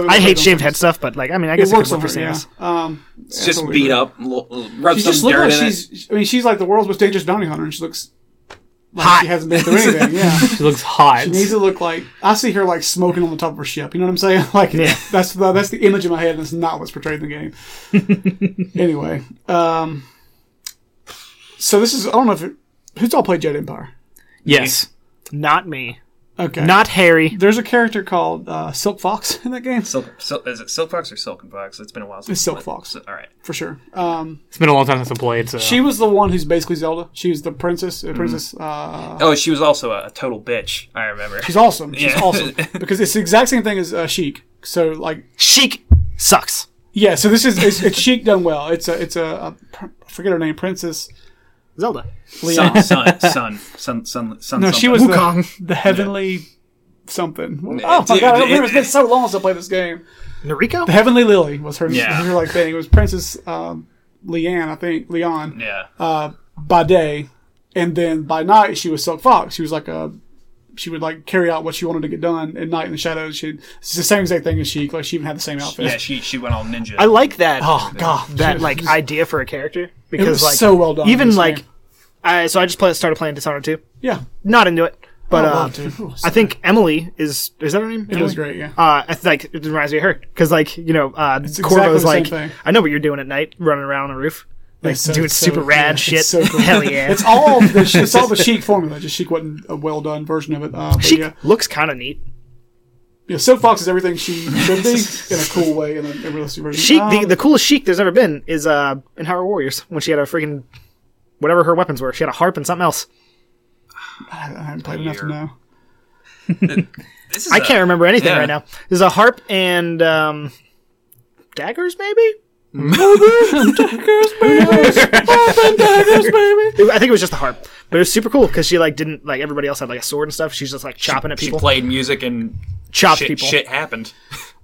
Speaker 4: I hate shaved head stuff, but like I mean, I guess
Speaker 2: It
Speaker 4: it,
Speaker 2: works
Speaker 4: could
Speaker 2: on
Speaker 4: work for
Speaker 2: her. Yeah.
Speaker 4: Samus.
Speaker 2: Um,
Speaker 6: It's just beat up, l-
Speaker 1: uh,
Speaker 6: l- rub
Speaker 2: She
Speaker 6: some
Speaker 2: just looks
Speaker 6: dirt
Speaker 2: like
Speaker 6: in it.
Speaker 2: she's. I mean, she's like the world's most dangerous bounty hunter, and she looks like
Speaker 4: Hot.
Speaker 2: she hasn't been through
Speaker 4: [laughs]
Speaker 2: anything. Yeah.
Speaker 3: She looks hot.
Speaker 2: She needs to look like I see her like smoking on the top of her ship. You know what I'm saying? [laughs] Like that's the that's the image in my head, and it's not what's portrayed in the game. anyway, um, so this is I don't know if it, who's all played Jet Empire.
Speaker 3: yes.
Speaker 4: Not me.
Speaker 2: Okay,
Speaker 4: Not Harry.
Speaker 2: there's a character called uh, Silk Fox [laughs] in that game
Speaker 1: Silk, Sil is it Silk Fox or Silken Fox? It's been a while since
Speaker 2: It's Silk Fox.
Speaker 1: All right.
Speaker 2: for sure. Um,
Speaker 3: It's been a long time since I played. So.
Speaker 2: she was the one who's basically Zelda. She was the princess. Uh, princess. Uh,
Speaker 1: Oh, she was also a, a total bitch. I remember.
Speaker 2: she's awesome. She's
Speaker 1: Yeah.
Speaker 2: [laughs] awesome because it's the exact same thing as uh, Sheik. So like
Speaker 4: Chic sucks.
Speaker 2: Yeah, so this is it's, it's chic done well. It's a it's a, a pr- I forget her name, Princess [laughs]
Speaker 4: Zelda. [laughs]
Speaker 2: Leon.
Speaker 1: Sun, sun, sun, sun, sun, sun.
Speaker 2: no, she was the,
Speaker 4: Wukong.
Speaker 2: the heavenly something. Oh my
Speaker 1: Yeah,
Speaker 2: god, I don't
Speaker 1: it-
Speaker 2: remember. It's
Speaker 1: it-
Speaker 2: been so long since I played this game.
Speaker 4: Noriko?
Speaker 2: The Heavenly Lily was her,
Speaker 1: Yeah.
Speaker 2: her like thing. It was Princess um, Leanne, I think Leon
Speaker 4: Uh,
Speaker 1: Yeah.
Speaker 2: by day, and then by night she was Silk Fox. She was like a she would like carry out what she wanted to get done at night in the shadows. She it's the same exact thing as Sheik. Like she even had the same outfit.
Speaker 1: Yeah, she she went all ninja.
Speaker 4: I like that.
Speaker 2: oh god,
Speaker 4: that like idea for a character because
Speaker 2: was
Speaker 4: like
Speaker 2: so well done,
Speaker 4: Even
Speaker 2: this
Speaker 4: like,
Speaker 2: game.
Speaker 4: I so I just play, started playing Dishonored two.
Speaker 2: yeah,
Speaker 4: Not into it, but
Speaker 2: Oh,
Speaker 4: uh,
Speaker 2: wow, dude.
Speaker 4: I think Emily is is that her name?
Speaker 2: it was great. Yeah,
Speaker 4: Uh, it's like it reminds me of her because like you know uh, Corvo's
Speaker 2: exactly the same
Speaker 4: like
Speaker 2: thing.
Speaker 4: I know what you're doing at night running around on the roof like
Speaker 2: It's so-
Speaker 4: doing
Speaker 2: it's so-
Speaker 4: super
Speaker 2: yeah,
Speaker 4: rad
Speaker 2: it's
Speaker 4: shit [laughs]
Speaker 2: so cool.
Speaker 4: hell yeah
Speaker 2: It's [laughs] all the, it's all the chic formula. Just chic wasn't a well done version of it. Uh, but
Speaker 4: she
Speaker 2: yeah,
Speaker 4: looks kind of neat
Speaker 2: yeah. Silk Fox is everything she should be in a cool way in a, a realistic version.
Speaker 4: Sheik, the,
Speaker 2: Um,
Speaker 4: the coolest Sheik there's ever been is uh, in Hyrule Warriors when she had a freaking whatever her weapons were. She had a harp and something else.
Speaker 2: I haven't played enough to know.
Speaker 1: This is
Speaker 4: I
Speaker 1: a-
Speaker 4: can't remember anything
Speaker 1: yeah.
Speaker 4: right now. There's a harp and um, daggers, maybe. It- I think it was just the harp, but it was super cool because she like didn't like everybody else had like a sword and stuff. She's just like chopping at
Speaker 1: She
Speaker 4: people,
Speaker 1: played music and
Speaker 4: chopped
Speaker 1: shit,
Speaker 4: people.
Speaker 1: shit happened.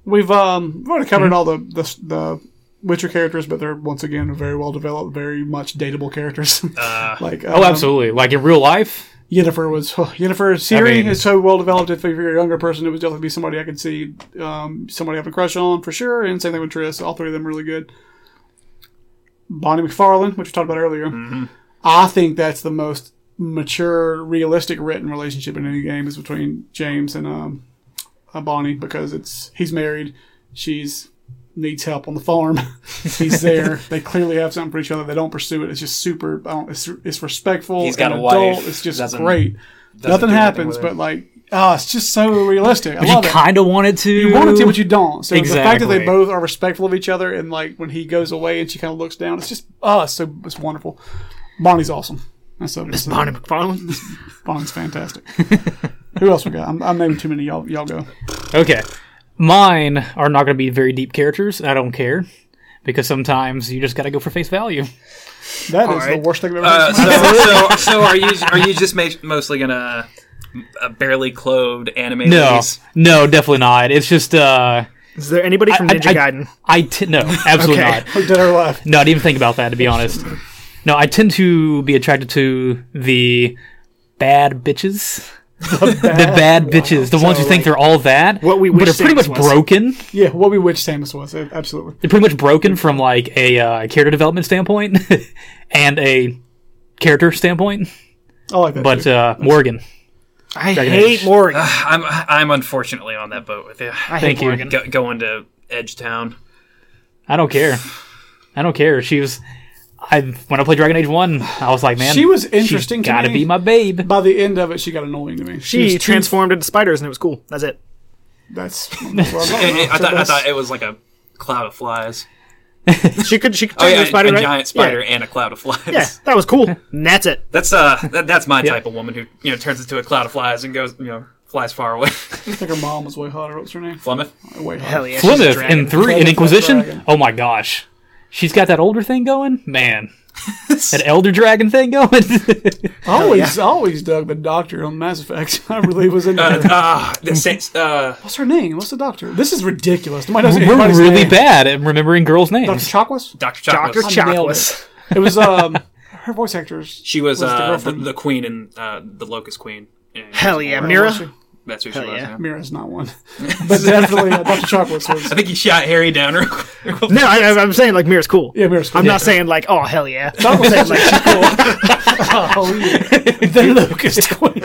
Speaker 2: We've um we've already
Speaker 4: Mm-hmm.
Speaker 2: covered all the, the the Witcher characters, but they're once again very well developed, very much dateable characters. [laughs] like um,
Speaker 3: Oh, absolutely. Like in real life,
Speaker 2: Yennefer was [laughs] oh, Yennefer. Siri
Speaker 3: I mean-
Speaker 2: is so well developed. If you're a younger person, it would definitely be somebody I could see um, somebody have a crush on for sure. And same thing with Triss. All three of them really good. Bonnie McFarlane, which we talked about earlier, I think that's the most mature, realistic written relationship in any game is between James and um, uh, Bonnie because it's he's married, she's needs help on the farm. [laughs]
Speaker 1: [laughs]
Speaker 2: he's there. They clearly have something for each other. They don't pursue it. It's just super. I don't, it's, it's respectful.
Speaker 1: He's got
Speaker 2: and
Speaker 1: a wife.
Speaker 2: It's just
Speaker 1: Doesn't-
Speaker 2: great.
Speaker 1: do
Speaker 2: Nothing
Speaker 1: anything
Speaker 2: happens,
Speaker 1: with
Speaker 2: but like, ah, it's just so realistic. I
Speaker 3: you
Speaker 2: love it.
Speaker 3: kind of wanted to.
Speaker 2: You wanted to, but you don't. So the fact that they
Speaker 3: Exactly.
Speaker 2: both are respectful of each other, and like when he goes away and she kind of looks down, it's just oh, it's so it's wonderful. Bonnie's awesome. That's so Miss
Speaker 4: Bonnie McFarlane.
Speaker 2: Bonnie's fantastic. [laughs] Who else we got? I'm, I'm naming too many. Y'all, y'all go.
Speaker 3: Okay. Mine are not going to be very deep characters, and I don't care because sometimes you just got to go for face value.
Speaker 2: That is
Speaker 4: right.
Speaker 2: the worst thing I've ever.
Speaker 1: Uh, [laughs] so,
Speaker 2: seen.
Speaker 1: so, so [laughs] are you are you just ma- mostly gonna uh, barely clothed anime?
Speaker 3: No,
Speaker 1: ladies?
Speaker 3: no, definitely not. It's just uh,
Speaker 4: Is there anybody from
Speaker 3: I-
Speaker 4: Ninja
Speaker 3: I-
Speaker 4: Gaiden?
Speaker 3: I t- no, absolutely
Speaker 4: Okay.
Speaker 3: not.
Speaker 2: Or Dead or alive.
Speaker 3: No, I didn't even think about that to be honest. No, I tend to be attracted to the bad bitches. [laughs] The bad, bitches, the ones who think they're all that,
Speaker 4: what we
Speaker 3: but
Speaker 4: wish
Speaker 3: are pretty
Speaker 4: Samus
Speaker 3: much
Speaker 4: was.
Speaker 3: broken.
Speaker 2: Yeah, what we wish Samus was. uh, Absolutely.
Speaker 3: they're pretty much broken from like a uh, character development standpoint [laughs] and a character standpoint.
Speaker 2: I like that.
Speaker 3: But
Speaker 2: too.
Speaker 3: uh, Morgan,
Speaker 4: I
Speaker 3: Age.
Speaker 4: hate Morgan.
Speaker 1: I'm I'm unfortunately on that boat with you.
Speaker 4: I
Speaker 3: thank
Speaker 4: hate
Speaker 3: you.
Speaker 4: Morgan.
Speaker 1: Go, going to Edgetown.
Speaker 3: I don't care. I don't care. She was. I when I played Dragon Age One, I was like, man,
Speaker 2: She was interesting
Speaker 3: She's
Speaker 2: to
Speaker 3: gotta
Speaker 2: me.
Speaker 3: be my babe.
Speaker 2: by the end of it, she got annoying to me.
Speaker 4: She,
Speaker 2: was too-
Speaker 4: transformed into spiders and it was cool. That's it.
Speaker 2: That's.
Speaker 1: I- I, I thought, I
Speaker 2: that's-
Speaker 1: thought it was like a cloud of flies.
Speaker 4: She could she could
Speaker 1: Oh
Speaker 4: turn
Speaker 1: yeah,
Speaker 4: into a spider,
Speaker 1: a
Speaker 4: right?
Speaker 1: giant spider and a cloud of flies.
Speaker 4: Yeah. yeah, that
Speaker 1: [laughs]
Speaker 4: was cool. And that's it.
Speaker 1: That's uh, that, that's my type of woman who you know turns into a cloud of flies and goes you know flies far away. [laughs]
Speaker 2: I think her mom was way hotter. What's her name?
Speaker 1: Plymouth.
Speaker 2: Way hotter.
Speaker 4: Hell yeah. she's a
Speaker 3: Plymouth
Speaker 4: dragon.
Speaker 3: in three
Speaker 2: Plymouth
Speaker 3: in
Speaker 2: the
Speaker 3: Inquisition.
Speaker 2: Dragon.
Speaker 3: Oh my gosh, she's got that older thing going,
Speaker 4: [laughs]
Speaker 3: man. that elder dragon thing going.
Speaker 2: I always, I always dug the doctor on Mass Effect. [laughs] I really was into
Speaker 1: Uh,
Speaker 2: her.
Speaker 1: uh, the Saints, uh,
Speaker 2: What's her name? What's the doctor? This is ridiculous. Nobody knows
Speaker 3: [laughs] We're
Speaker 2: anybody's
Speaker 3: really
Speaker 2: name.
Speaker 3: bad at remembering girls'
Speaker 2: Dr.
Speaker 3: names.
Speaker 2: Chakwas?
Speaker 1: Doctor
Speaker 4: Dr.
Speaker 1: Chakwas.
Speaker 4: Chakwas.
Speaker 2: It was um, [laughs] her voice actors.
Speaker 1: She was,
Speaker 2: Was the
Speaker 1: uh, the,
Speaker 2: girlfriend.
Speaker 1: the queen and uh, the Locust Queen. And
Speaker 4: Hell yeah,
Speaker 2: Or
Speaker 4: Mira.
Speaker 2: was she?
Speaker 1: That's who she
Speaker 4: Hell
Speaker 1: was.
Speaker 4: yeah.
Speaker 1: yeah.
Speaker 2: Mira's not one, but definitely uh, Dr. Chakwas was.
Speaker 1: I think he shot Harry down real quick.
Speaker 4: [laughs] No, I, I- I'm saying like Mira's cool.
Speaker 2: Yeah, Mira's.
Speaker 4: I'm not saying like oh hell yeah.
Speaker 2: That was
Speaker 4: I'm saying,
Speaker 2: [laughs]
Speaker 4: like,
Speaker 2: oh yeah, the locust queen.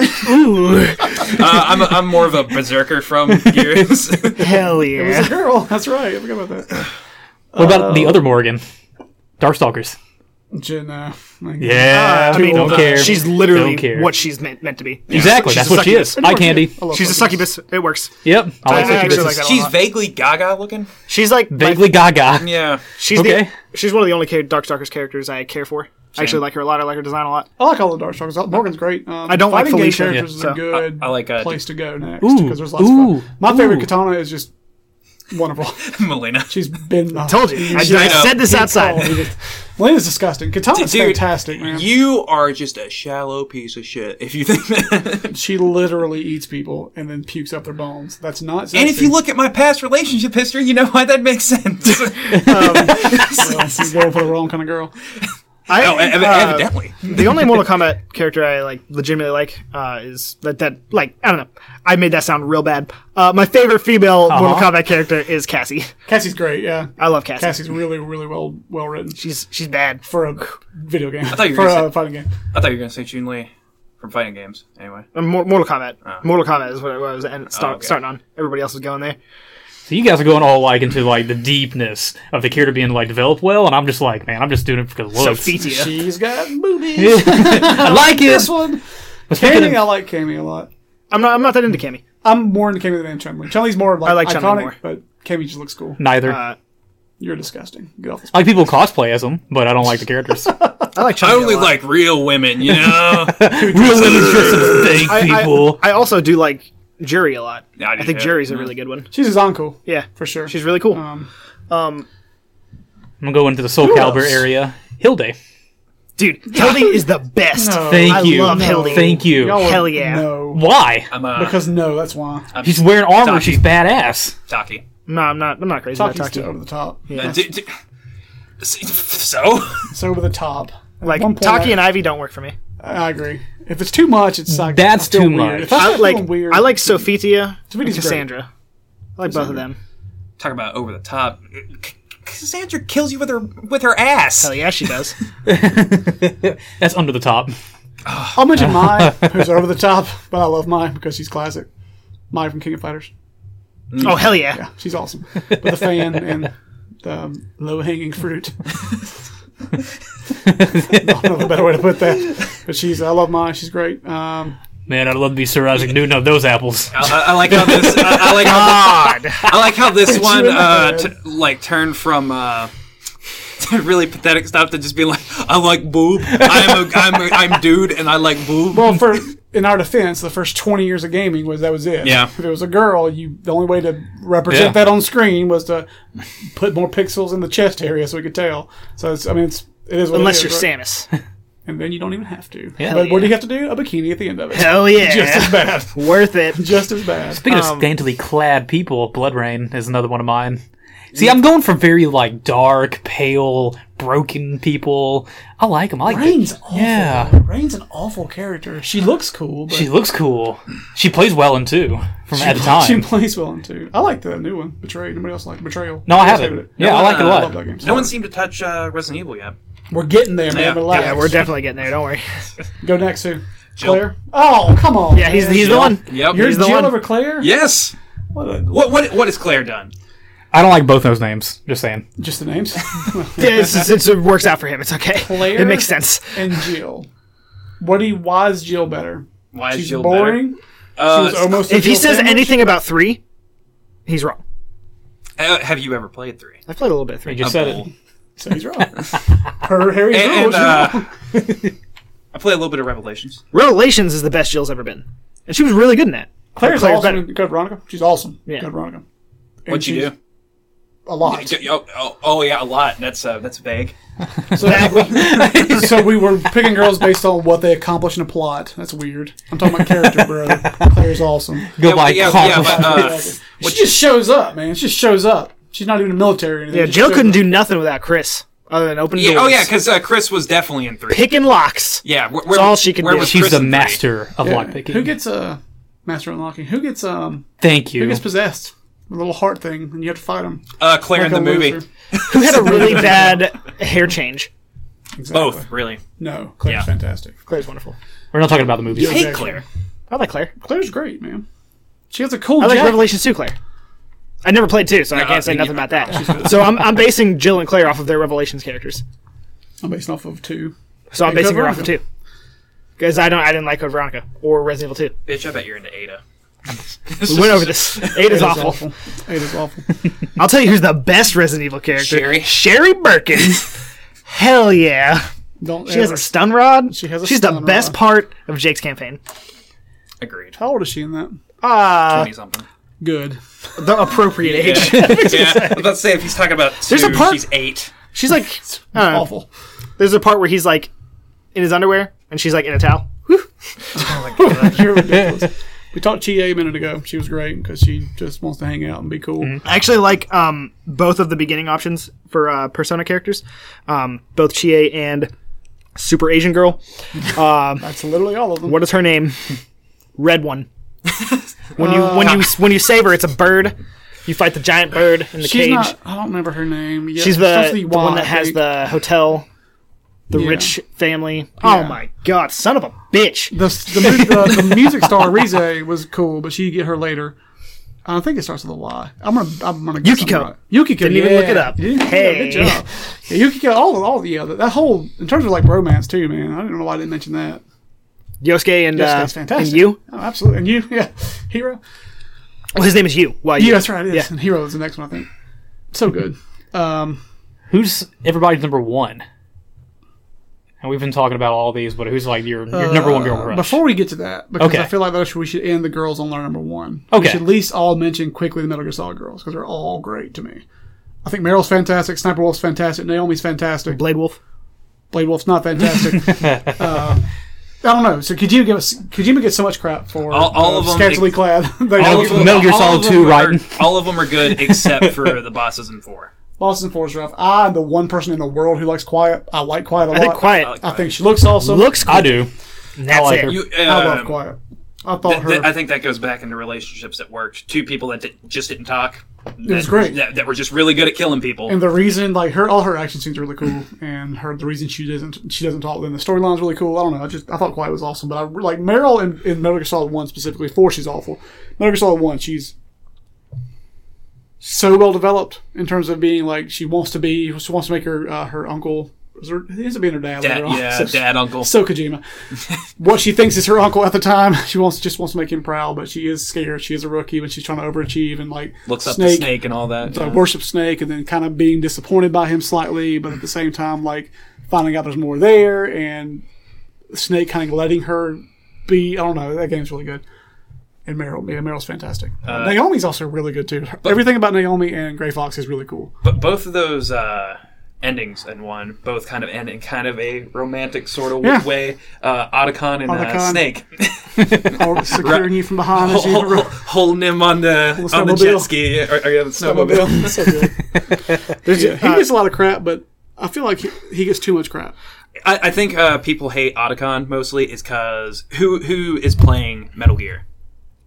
Speaker 1: Uh, I'm, I'm more of a berserker
Speaker 4: [laughs]
Speaker 1: from Gears.
Speaker 4: [laughs] hell yeah.
Speaker 2: It's a [laughs] girl. That's right. I forgot about that.
Speaker 3: What about the other Morgan? Darkstalkers.
Speaker 2: Jen. Uh, like,
Speaker 3: Yeah,
Speaker 4: I mean, uh,
Speaker 3: don't care.
Speaker 4: she's
Speaker 3: Don't
Speaker 4: literally
Speaker 3: care.
Speaker 4: what she's meant, meant to be.
Speaker 3: Exactly,
Speaker 4: She's
Speaker 3: that's
Speaker 4: a
Speaker 3: what she
Speaker 4: succubus.
Speaker 3: is. Eye candy.
Speaker 2: I love
Speaker 4: She's a
Speaker 2: Locust.
Speaker 4: succubus. It works.
Speaker 3: Yep, I like
Speaker 4: I actually
Speaker 3: succubuses.
Speaker 4: like that
Speaker 1: [laughs]
Speaker 4: a
Speaker 1: She's
Speaker 4: lot.
Speaker 1: vaguely Gaga looking.
Speaker 4: She's like my
Speaker 3: Vaguely Gaga.
Speaker 1: [laughs] Yeah.
Speaker 4: She's
Speaker 3: Okay.
Speaker 4: the she's one of the only char- Darkstalkers characters I care for. I actually like her a lot. I like her design a lot.
Speaker 2: I like all the dark songs. Morgan's great. Um,
Speaker 4: I don't like
Speaker 2: fighting game
Speaker 4: Felicia,
Speaker 2: characters
Speaker 4: yeah,
Speaker 2: is
Speaker 4: so-
Speaker 2: a good
Speaker 1: I- I like, uh,
Speaker 2: place to go next
Speaker 3: Ooh,
Speaker 2: because there's lots
Speaker 3: ooh,
Speaker 2: of fun. My favorite
Speaker 3: ooh.
Speaker 2: katana is just wonderful. [laughs]
Speaker 1: Melina.
Speaker 2: She's been. I
Speaker 4: Told you. I, I
Speaker 1: know.
Speaker 4: said this
Speaker 2: Oh,
Speaker 4: outside.
Speaker 2: he just- Lena's disgusting. Katana's
Speaker 1: Dude,
Speaker 2: fantastic, man.
Speaker 1: You are just a shallow piece of shit if you think
Speaker 4: [laughs]
Speaker 1: that.
Speaker 2: she literally eats people and then pukes up their bones. That's not. Sexy.
Speaker 1: And if
Speaker 2: [laughs]
Speaker 1: you look at my past relationship [laughs] history, you know why that makes sense.
Speaker 2: well, you're going for the wrong kind of girl.
Speaker 4: I
Speaker 1: Oh,
Speaker 4: think,
Speaker 1: ev-
Speaker 4: uh,
Speaker 1: evidently.
Speaker 4: the only Mortal Kombat character I like legitimately like uh, is that that like I don't know. I made that sound real bad. Uh, my favorite female Mortal Kombat character is Cassie.
Speaker 2: Cassie's great. Yeah,
Speaker 4: I love Cassie.
Speaker 2: Cassie's really, really well well written
Speaker 4: She's she's bad.
Speaker 2: for a video game. I
Speaker 1: thought you were
Speaker 2: for
Speaker 1: gonna
Speaker 2: a fighting game.
Speaker 1: I thought you were gonna say Chun Li from fighting games. Anyway,
Speaker 4: Uh, Mor- Mortal Kombat. Mortal Kombat is what I was and start,
Speaker 1: Oh. okay.
Speaker 4: starting on. Everybody else was going there.
Speaker 3: So you guys are going all like into like the deepness of the character being like developed well, and I'm just like, man, I'm just doing it because looks.
Speaker 4: Fetia.
Speaker 2: She's got boobies.
Speaker 3: I like it.
Speaker 2: This one,
Speaker 3: But speaking
Speaker 2: Cammy, I
Speaker 3: of,
Speaker 2: like Cammy a lot.
Speaker 4: I'm not I'm not that into Cammy.
Speaker 2: I'm more into Cammy than Chun Li. Chun Li's more like,
Speaker 4: I like Chun-Li
Speaker 2: iconic,
Speaker 4: more.
Speaker 2: but Cammy just looks cool.
Speaker 3: neither.
Speaker 4: Uh,
Speaker 2: You're disgusting. Get off this.
Speaker 3: I like people cosplay as them, but I don't like the
Speaker 4: [laughs]
Speaker 3: characters.
Speaker 4: I like Chun
Speaker 1: I only like real women, you
Speaker 4: [laughs]
Speaker 1: know.
Speaker 3: Real women dressed as fake people.
Speaker 4: I, also do like Jury a lot.
Speaker 1: Yeah, I do
Speaker 4: I think
Speaker 1: too.
Speaker 4: Jury's a really good one.
Speaker 2: She's his uncle
Speaker 4: Yeah,
Speaker 2: for sure.
Speaker 4: she's really cool.
Speaker 2: um,
Speaker 3: I'm gonna go into the Soul
Speaker 4: Who
Speaker 3: Calibur
Speaker 4: else?
Speaker 3: area. Hilde,
Speaker 4: Dude, Hildy is the best.
Speaker 2: No.
Speaker 3: thank
Speaker 4: Oh, I
Speaker 3: you,
Speaker 4: love Hilde.
Speaker 3: thank you.
Speaker 2: y'all are-
Speaker 4: Hell yeah.
Speaker 2: No,
Speaker 3: Why?
Speaker 1: I'm uh, a
Speaker 4: [laughs]
Speaker 2: because no, that's why.
Speaker 3: She's wearing armor.
Speaker 1: Taki.
Speaker 3: She's badass.
Speaker 1: Taki.
Speaker 4: No, I'm not. I'm not crazy about
Speaker 2: Talking's too
Speaker 4: Taki.
Speaker 2: over the top.
Speaker 1: Uh, d- d- [laughs] so
Speaker 2: It's over the top.
Speaker 4: Like
Speaker 2: one point
Speaker 4: Taki
Speaker 2: I-
Speaker 4: and Ivy don't work for me.
Speaker 2: I agree. If it's too much, it's like
Speaker 3: That's
Speaker 2: I feel
Speaker 3: too
Speaker 2: weird.
Speaker 3: much.
Speaker 2: If I,
Speaker 4: I
Speaker 2: start feeling
Speaker 4: like.
Speaker 2: weird,
Speaker 4: I like Sophitia and
Speaker 2: great.
Speaker 4: Cassandra. I like both of them.
Speaker 1: talk about over the top. C- Cassandra kills you with her with her ass.
Speaker 4: Hell yeah,
Speaker 2: [laughs]
Speaker 4: she does.
Speaker 3: That's under the top.
Speaker 2: I'll
Speaker 4: [laughs]
Speaker 2: mention Mai, who's over the top, but I love Mai because she's classic. Mai from King of Fighters.
Speaker 4: oh hell yeah.
Speaker 2: She's awesome. But the fan and the um, low hanging fruit. [laughs] I don't know a better way to put that. But she's, I love Mai. She's great. Um,
Speaker 3: Man, I'd love to be Sir Isaac Newton of those apples.
Speaker 1: I, I- I like how this. I, I like how
Speaker 4: God.
Speaker 1: I like how this one
Speaker 2: in the
Speaker 1: uh,
Speaker 2: head.
Speaker 1: t- like turned from. Uh, [laughs] to really pathetic stuff to just be like, I like boob. I'm a, I'm a, I'm dude, and I like boob.
Speaker 2: well, for in our defense, the first twenty years of gaming was that was it.
Speaker 1: Yeah.
Speaker 2: If it was a girl, you the only way to represent
Speaker 1: Yeah.
Speaker 2: that on screen was to put more pixels in the chest area so we could tell. So it's, I mean, it's it is what
Speaker 4: Unless
Speaker 2: it
Speaker 4: you're
Speaker 2: is, right?
Speaker 4: Samus.
Speaker 2: [laughs] and then you don't even have to.
Speaker 3: Yeah.
Speaker 2: But what do you have to do? A bikini at the end of it.
Speaker 4: Hell yeah.
Speaker 2: Just as bad.
Speaker 4: Worth
Speaker 2: [laughs]
Speaker 4: it.
Speaker 2: Just as bad.
Speaker 3: Speaking
Speaker 4: Um,
Speaker 3: of scantily clad people, Blood Rain is another one of mine. See, I'm going for very like dark, pale, broken people. I like them. I like
Speaker 2: Rain's awful.
Speaker 3: Yeah.
Speaker 2: though. Rain's an awful character. She looks cool, but [laughs]
Speaker 3: She looks cool. She plays well in two from at the time.
Speaker 2: she plays well in two. I like the new one, Betrayed. Anybody else like Betrayal?
Speaker 3: no, I
Speaker 2: Anybody else
Speaker 3: haven't.
Speaker 2: hated it?
Speaker 3: Yeah, I like it a
Speaker 1: uh,
Speaker 2: I love
Speaker 3: lot.
Speaker 2: that game.
Speaker 1: no
Speaker 2: Sorry.
Speaker 1: one seemed to touch uh, Resident Evil yet.
Speaker 2: We're getting there, man.
Speaker 1: Yeah.
Speaker 2: Relax.
Speaker 4: Yeah, we're definitely getting there.
Speaker 2: [laughs]
Speaker 4: Don't worry.
Speaker 2: Go next to Claire. Oh, come on.
Speaker 4: Yeah, he's
Speaker 2: man.
Speaker 4: he's the one.
Speaker 1: Yep.
Speaker 2: You're
Speaker 4: He's the
Speaker 2: Jill
Speaker 4: one.
Speaker 2: over Claire?
Speaker 1: yes.
Speaker 2: What a-
Speaker 1: What what what has Claire done?
Speaker 3: I don't like both those names. Just saying.
Speaker 2: Just the names.
Speaker 4: Yeah, it's, it's, it's- it works out for him. It's okay.
Speaker 2: Claire?
Speaker 4: It makes sense.
Speaker 2: and Jill. What do you, why is Jill better?
Speaker 1: Why is
Speaker 2: She's
Speaker 1: Jill Uh,
Speaker 2: boring.
Speaker 1: better?
Speaker 2: She was almost a
Speaker 4: If he
Speaker 2: Jill
Speaker 4: says
Speaker 2: sandwich.
Speaker 4: anything about three, he's wrong.
Speaker 1: Uh, have you ever played three?
Speaker 4: I played a little bit of
Speaker 3: You
Speaker 4: three.
Speaker 3: just said it.
Speaker 2: so he's wrong. Her Harry's
Speaker 1: And, and,
Speaker 2: rules.
Speaker 1: uh, I played a little bit of Revelations.
Speaker 4: Revelations is the best Jill's ever been, and she was really good in that.
Speaker 2: Claire's,
Speaker 4: Claire's
Speaker 2: awesome. in Code Veronica. She's awesome.
Speaker 4: Yeah.
Speaker 2: Code Veronica. And
Speaker 1: What'd you
Speaker 2: she's
Speaker 1: do? [laughs]
Speaker 2: A lot.
Speaker 1: D- Oh, oh, oh, yeah, a lot. That's uh, that's vague.
Speaker 2: so we were picking girls based on what they accomplish in a plot. That's weird. I'm talking
Speaker 1: [laughs]
Speaker 2: about character, bro. Claire's awesome.
Speaker 3: Go
Speaker 1: Yeah,
Speaker 3: by
Speaker 1: yeah, yeah, but, [laughs] uh,
Speaker 2: she just shows up, man. She just shows up. She's not even in the military or anything.
Speaker 4: Yeah,
Speaker 2: She
Speaker 4: Jill
Speaker 2: shows
Speaker 4: couldn't
Speaker 2: up.
Speaker 4: do nothing without Chris, other than open
Speaker 1: yeah,
Speaker 4: doors.
Speaker 1: oh yeah, because uh, Chris was definitely in three.
Speaker 4: picking locks.
Speaker 1: Yeah, where, where,
Speaker 4: all she can
Speaker 1: where
Speaker 4: do.
Speaker 1: was
Speaker 3: She's
Speaker 1: Chris
Speaker 3: the
Speaker 1: in three?
Speaker 3: master of
Speaker 2: Yeah.
Speaker 3: lockpicking.
Speaker 2: Who gets uh, master unlocking? Who gets um?
Speaker 3: Thank you.
Speaker 2: Who gets possessed? A little heart thing, and you have to fight him.
Speaker 1: Uh, Claire in the
Speaker 2: Like a
Speaker 1: movie.
Speaker 2: loser.
Speaker 4: Who [laughs] had a really bad hair change?
Speaker 2: Exactly.
Speaker 1: Both, really.
Speaker 2: No, Claire's
Speaker 1: Yeah.
Speaker 2: fantastic.
Speaker 4: Claire's wonderful.
Speaker 3: We're not talking about the movies.
Speaker 2: Yeah.
Speaker 1: Hey,
Speaker 2: Exactly.
Speaker 1: Claire.
Speaker 4: I like Claire.
Speaker 2: Claire's great, man. She has a cool
Speaker 4: I like
Speaker 2: jacket.
Speaker 4: Revelations too, Claire. I never played two, so I
Speaker 1: No,
Speaker 4: can't say
Speaker 1: you-
Speaker 4: nothing about that. so I'm, I'm basing Jill and Claire off of their Revelations characters.
Speaker 2: I'm based off of two.
Speaker 4: So I'm
Speaker 2: And Code
Speaker 4: basing her off of two.
Speaker 2: Veronica.
Speaker 4: Because I don't, I didn't like Code Veronica or Resident Evil
Speaker 1: Bitch, I bet you're into Ada.
Speaker 4: Two. We went over this. Eight is awful.
Speaker 2: Eight is awful.
Speaker 4: I'll tell you who's the best Resident Evil character.
Speaker 1: Sherry.
Speaker 4: Sherry Birkins. Hell yeah.
Speaker 2: Don't
Speaker 4: She has
Speaker 2: ever-
Speaker 4: a stun rod.
Speaker 2: She has a
Speaker 4: She's the
Speaker 2: stun
Speaker 4: best
Speaker 2: rod.
Speaker 4: part of Jake's campaign. [laughs]
Speaker 1: Agreed.
Speaker 2: How old is she in that?
Speaker 4: Ah,
Speaker 1: 20
Speaker 4: [laughs]
Speaker 1: something.
Speaker 2: Good.
Speaker 4: the appropriate age.
Speaker 1: Yeah, I was about to say if he's talking about two,
Speaker 4: There's a part-
Speaker 1: she's eight.
Speaker 4: [laughs] She's like, I don't know.
Speaker 2: Awful. [laughs]
Speaker 4: there's a part where he's like in his underwear and she's like in a towel.
Speaker 2: You're ridiculous. We talked to TA a minute ago. She was great because she just wants to hang out and be cool.
Speaker 4: I actually like um, both of the beginning options for uh, persona characters, um, both Chie and super
Speaker 2: [laughs]
Speaker 4: Asian girl. Um,
Speaker 2: That's literally all of them.
Speaker 4: What is her name? Red one. when you when
Speaker 2: Uh.
Speaker 4: you when you save her, it's a bird. You fight the giant bird in the
Speaker 2: She's
Speaker 4: cage.
Speaker 2: not. I don't remember her name. Yeah,
Speaker 4: She's the,
Speaker 2: starts with
Speaker 4: the
Speaker 2: a Y,
Speaker 4: one
Speaker 2: I
Speaker 4: that has
Speaker 2: think.
Speaker 4: the hotel, the
Speaker 2: Yeah.
Speaker 4: rich family. Oh
Speaker 2: Yeah.
Speaker 4: my god, son of a bitch!
Speaker 2: the the, mu- the, the
Speaker 4: [laughs]
Speaker 2: music star Rize was cool, but she get her later. I think it starts with a Y. I'm gonna I'm gonna guess I'm
Speaker 4: Yukiko.
Speaker 2: right. Yukiko
Speaker 4: Didn't even
Speaker 2: yeah.
Speaker 4: look it up.
Speaker 2: You didn't- yeah,
Speaker 4: Hey.
Speaker 2: good job. Yeah, Yukiko. All all the other that whole in terms of like romance too, man. I don't know why I didn't mention that.
Speaker 4: Yosuke and
Speaker 2: Yes,
Speaker 4: uh,
Speaker 2: that's fantastic.
Speaker 4: and you.
Speaker 2: Oh, absolutely. And you, [laughs] yeah, hero.
Speaker 4: Well, his name is you. Why?
Speaker 2: Yeah,
Speaker 4: you?
Speaker 2: that's right. It is.
Speaker 4: Yeah.
Speaker 2: And hero is the next one, I think. So good. Um,
Speaker 3: Who's everybody's number one? And we've been talking about all these, but who's like your, your number one girl crush?
Speaker 2: Uh, before we get to that, because
Speaker 3: Okay.
Speaker 2: I feel like that's we should end the girls on our number one. We
Speaker 3: Okay.
Speaker 2: should at least all mention quickly the Metal Gear Solid girls because they're all great to me. I think Meryl's fantastic, Sniper Wolf's fantastic, Naomi's fantastic,
Speaker 4: Blade Wolf.
Speaker 2: Blade Wolf's not
Speaker 4: [laughs]
Speaker 2: fantastic. uh, I don't know. So Kojima gives Kojima gets so much crap for
Speaker 1: All- all
Speaker 2: uh,
Speaker 1: of 'em-
Speaker 2: scantily clad. [laughs] they
Speaker 1: All
Speaker 2: all
Speaker 1: of
Speaker 2: get
Speaker 1: them-
Speaker 3: Metal Gear
Speaker 1: all
Speaker 3: Solid
Speaker 1: of them
Speaker 3: 2,
Speaker 1: are-
Speaker 3: Raiden.
Speaker 1: All of them are
Speaker 4: [laughs]
Speaker 1: good except for the bosses in four.
Speaker 2: Boston Force rough. I am the one person in the world who likes Quiet. I like Quiet a
Speaker 4: I
Speaker 2: lot.
Speaker 4: think Quiet
Speaker 1: I like-
Speaker 2: I think she looks awesome.
Speaker 4: looks. Cool.
Speaker 3: I do.
Speaker 4: and That's
Speaker 3: like
Speaker 4: it.
Speaker 3: her.
Speaker 1: You, uh,
Speaker 2: I love Quiet. I thought
Speaker 1: th-
Speaker 2: her.
Speaker 1: th- I think that goes back into relationships that worked. Two people that di- just didn't talk. It
Speaker 2: was great.
Speaker 1: That, that were just really good at killing people.
Speaker 2: and the reason like her all her action scenes are really cool and her the reason she doesn't she doesn't talk then the storyline's really cool i don't know i just i thought quiet was awesome but i re- like meryl in, in metal gear solid 1 specifically 4 she's awful metal gear solid 1 she's so well developed in terms of being like she wants to be she wants to make her uh, her uncle her, he ends up being her dad,
Speaker 1: dad,
Speaker 2: later on
Speaker 1: yeah,
Speaker 2: [laughs] So-
Speaker 1: dad, uncle.
Speaker 2: so Kojima. what she thinks is her uncle at the time, she wants just wants to make him proud, but she is scared. She is a rookie, and she's trying to overachieve and like
Speaker 1: looks up the snake and all that.
Speaker 2: uh, worship Snake, and then kind of being disappointed by him slightly, but at the same time, like finding out there's more there, and Snake kind of letting her be. I don't know. That game's really good. And Meryl, yeah, Meryl's fantastic. Uh,
Speaker 1: Uh,
Speaker 2: Naomi's also really good too. Everything about Naomi and Gray Fox is
Speaker 1: [laughs]
Speaker 2: really cool.
Speaker 1: But both of those uh, endings in one, both kind of end in kind of a romantic sort of
Speaker 2: Yeah.
Speaker 1: way. Uh, Otacon and uh,
Speaker 2: Otacon. [laughs]
Speaker 1: Snake
Speaker 2: Or securing you from
Speaker 1: [laughs]
Speaker 2: behind as
Speaker 1: Hol-
Speaker 2: you
Speaker 1: hol- holding him on the on the
Speaker 2: snowmobile.
Speaker 1: jet ski or, or, yeah, the snowmobile.
Speaker 2: so good.
Speaker 4: There's
Speaker 2: Yeah,
Speaker 4: yeah,
Speaker 2: he
Speaker 1: uh,
Speaker 2: gets a lot of crap, but I feel like he, he gets too much crap.
Speaker 1: [laughs] I, I think uh, people hate Otacon mostly is because who who is playing Metal Gear?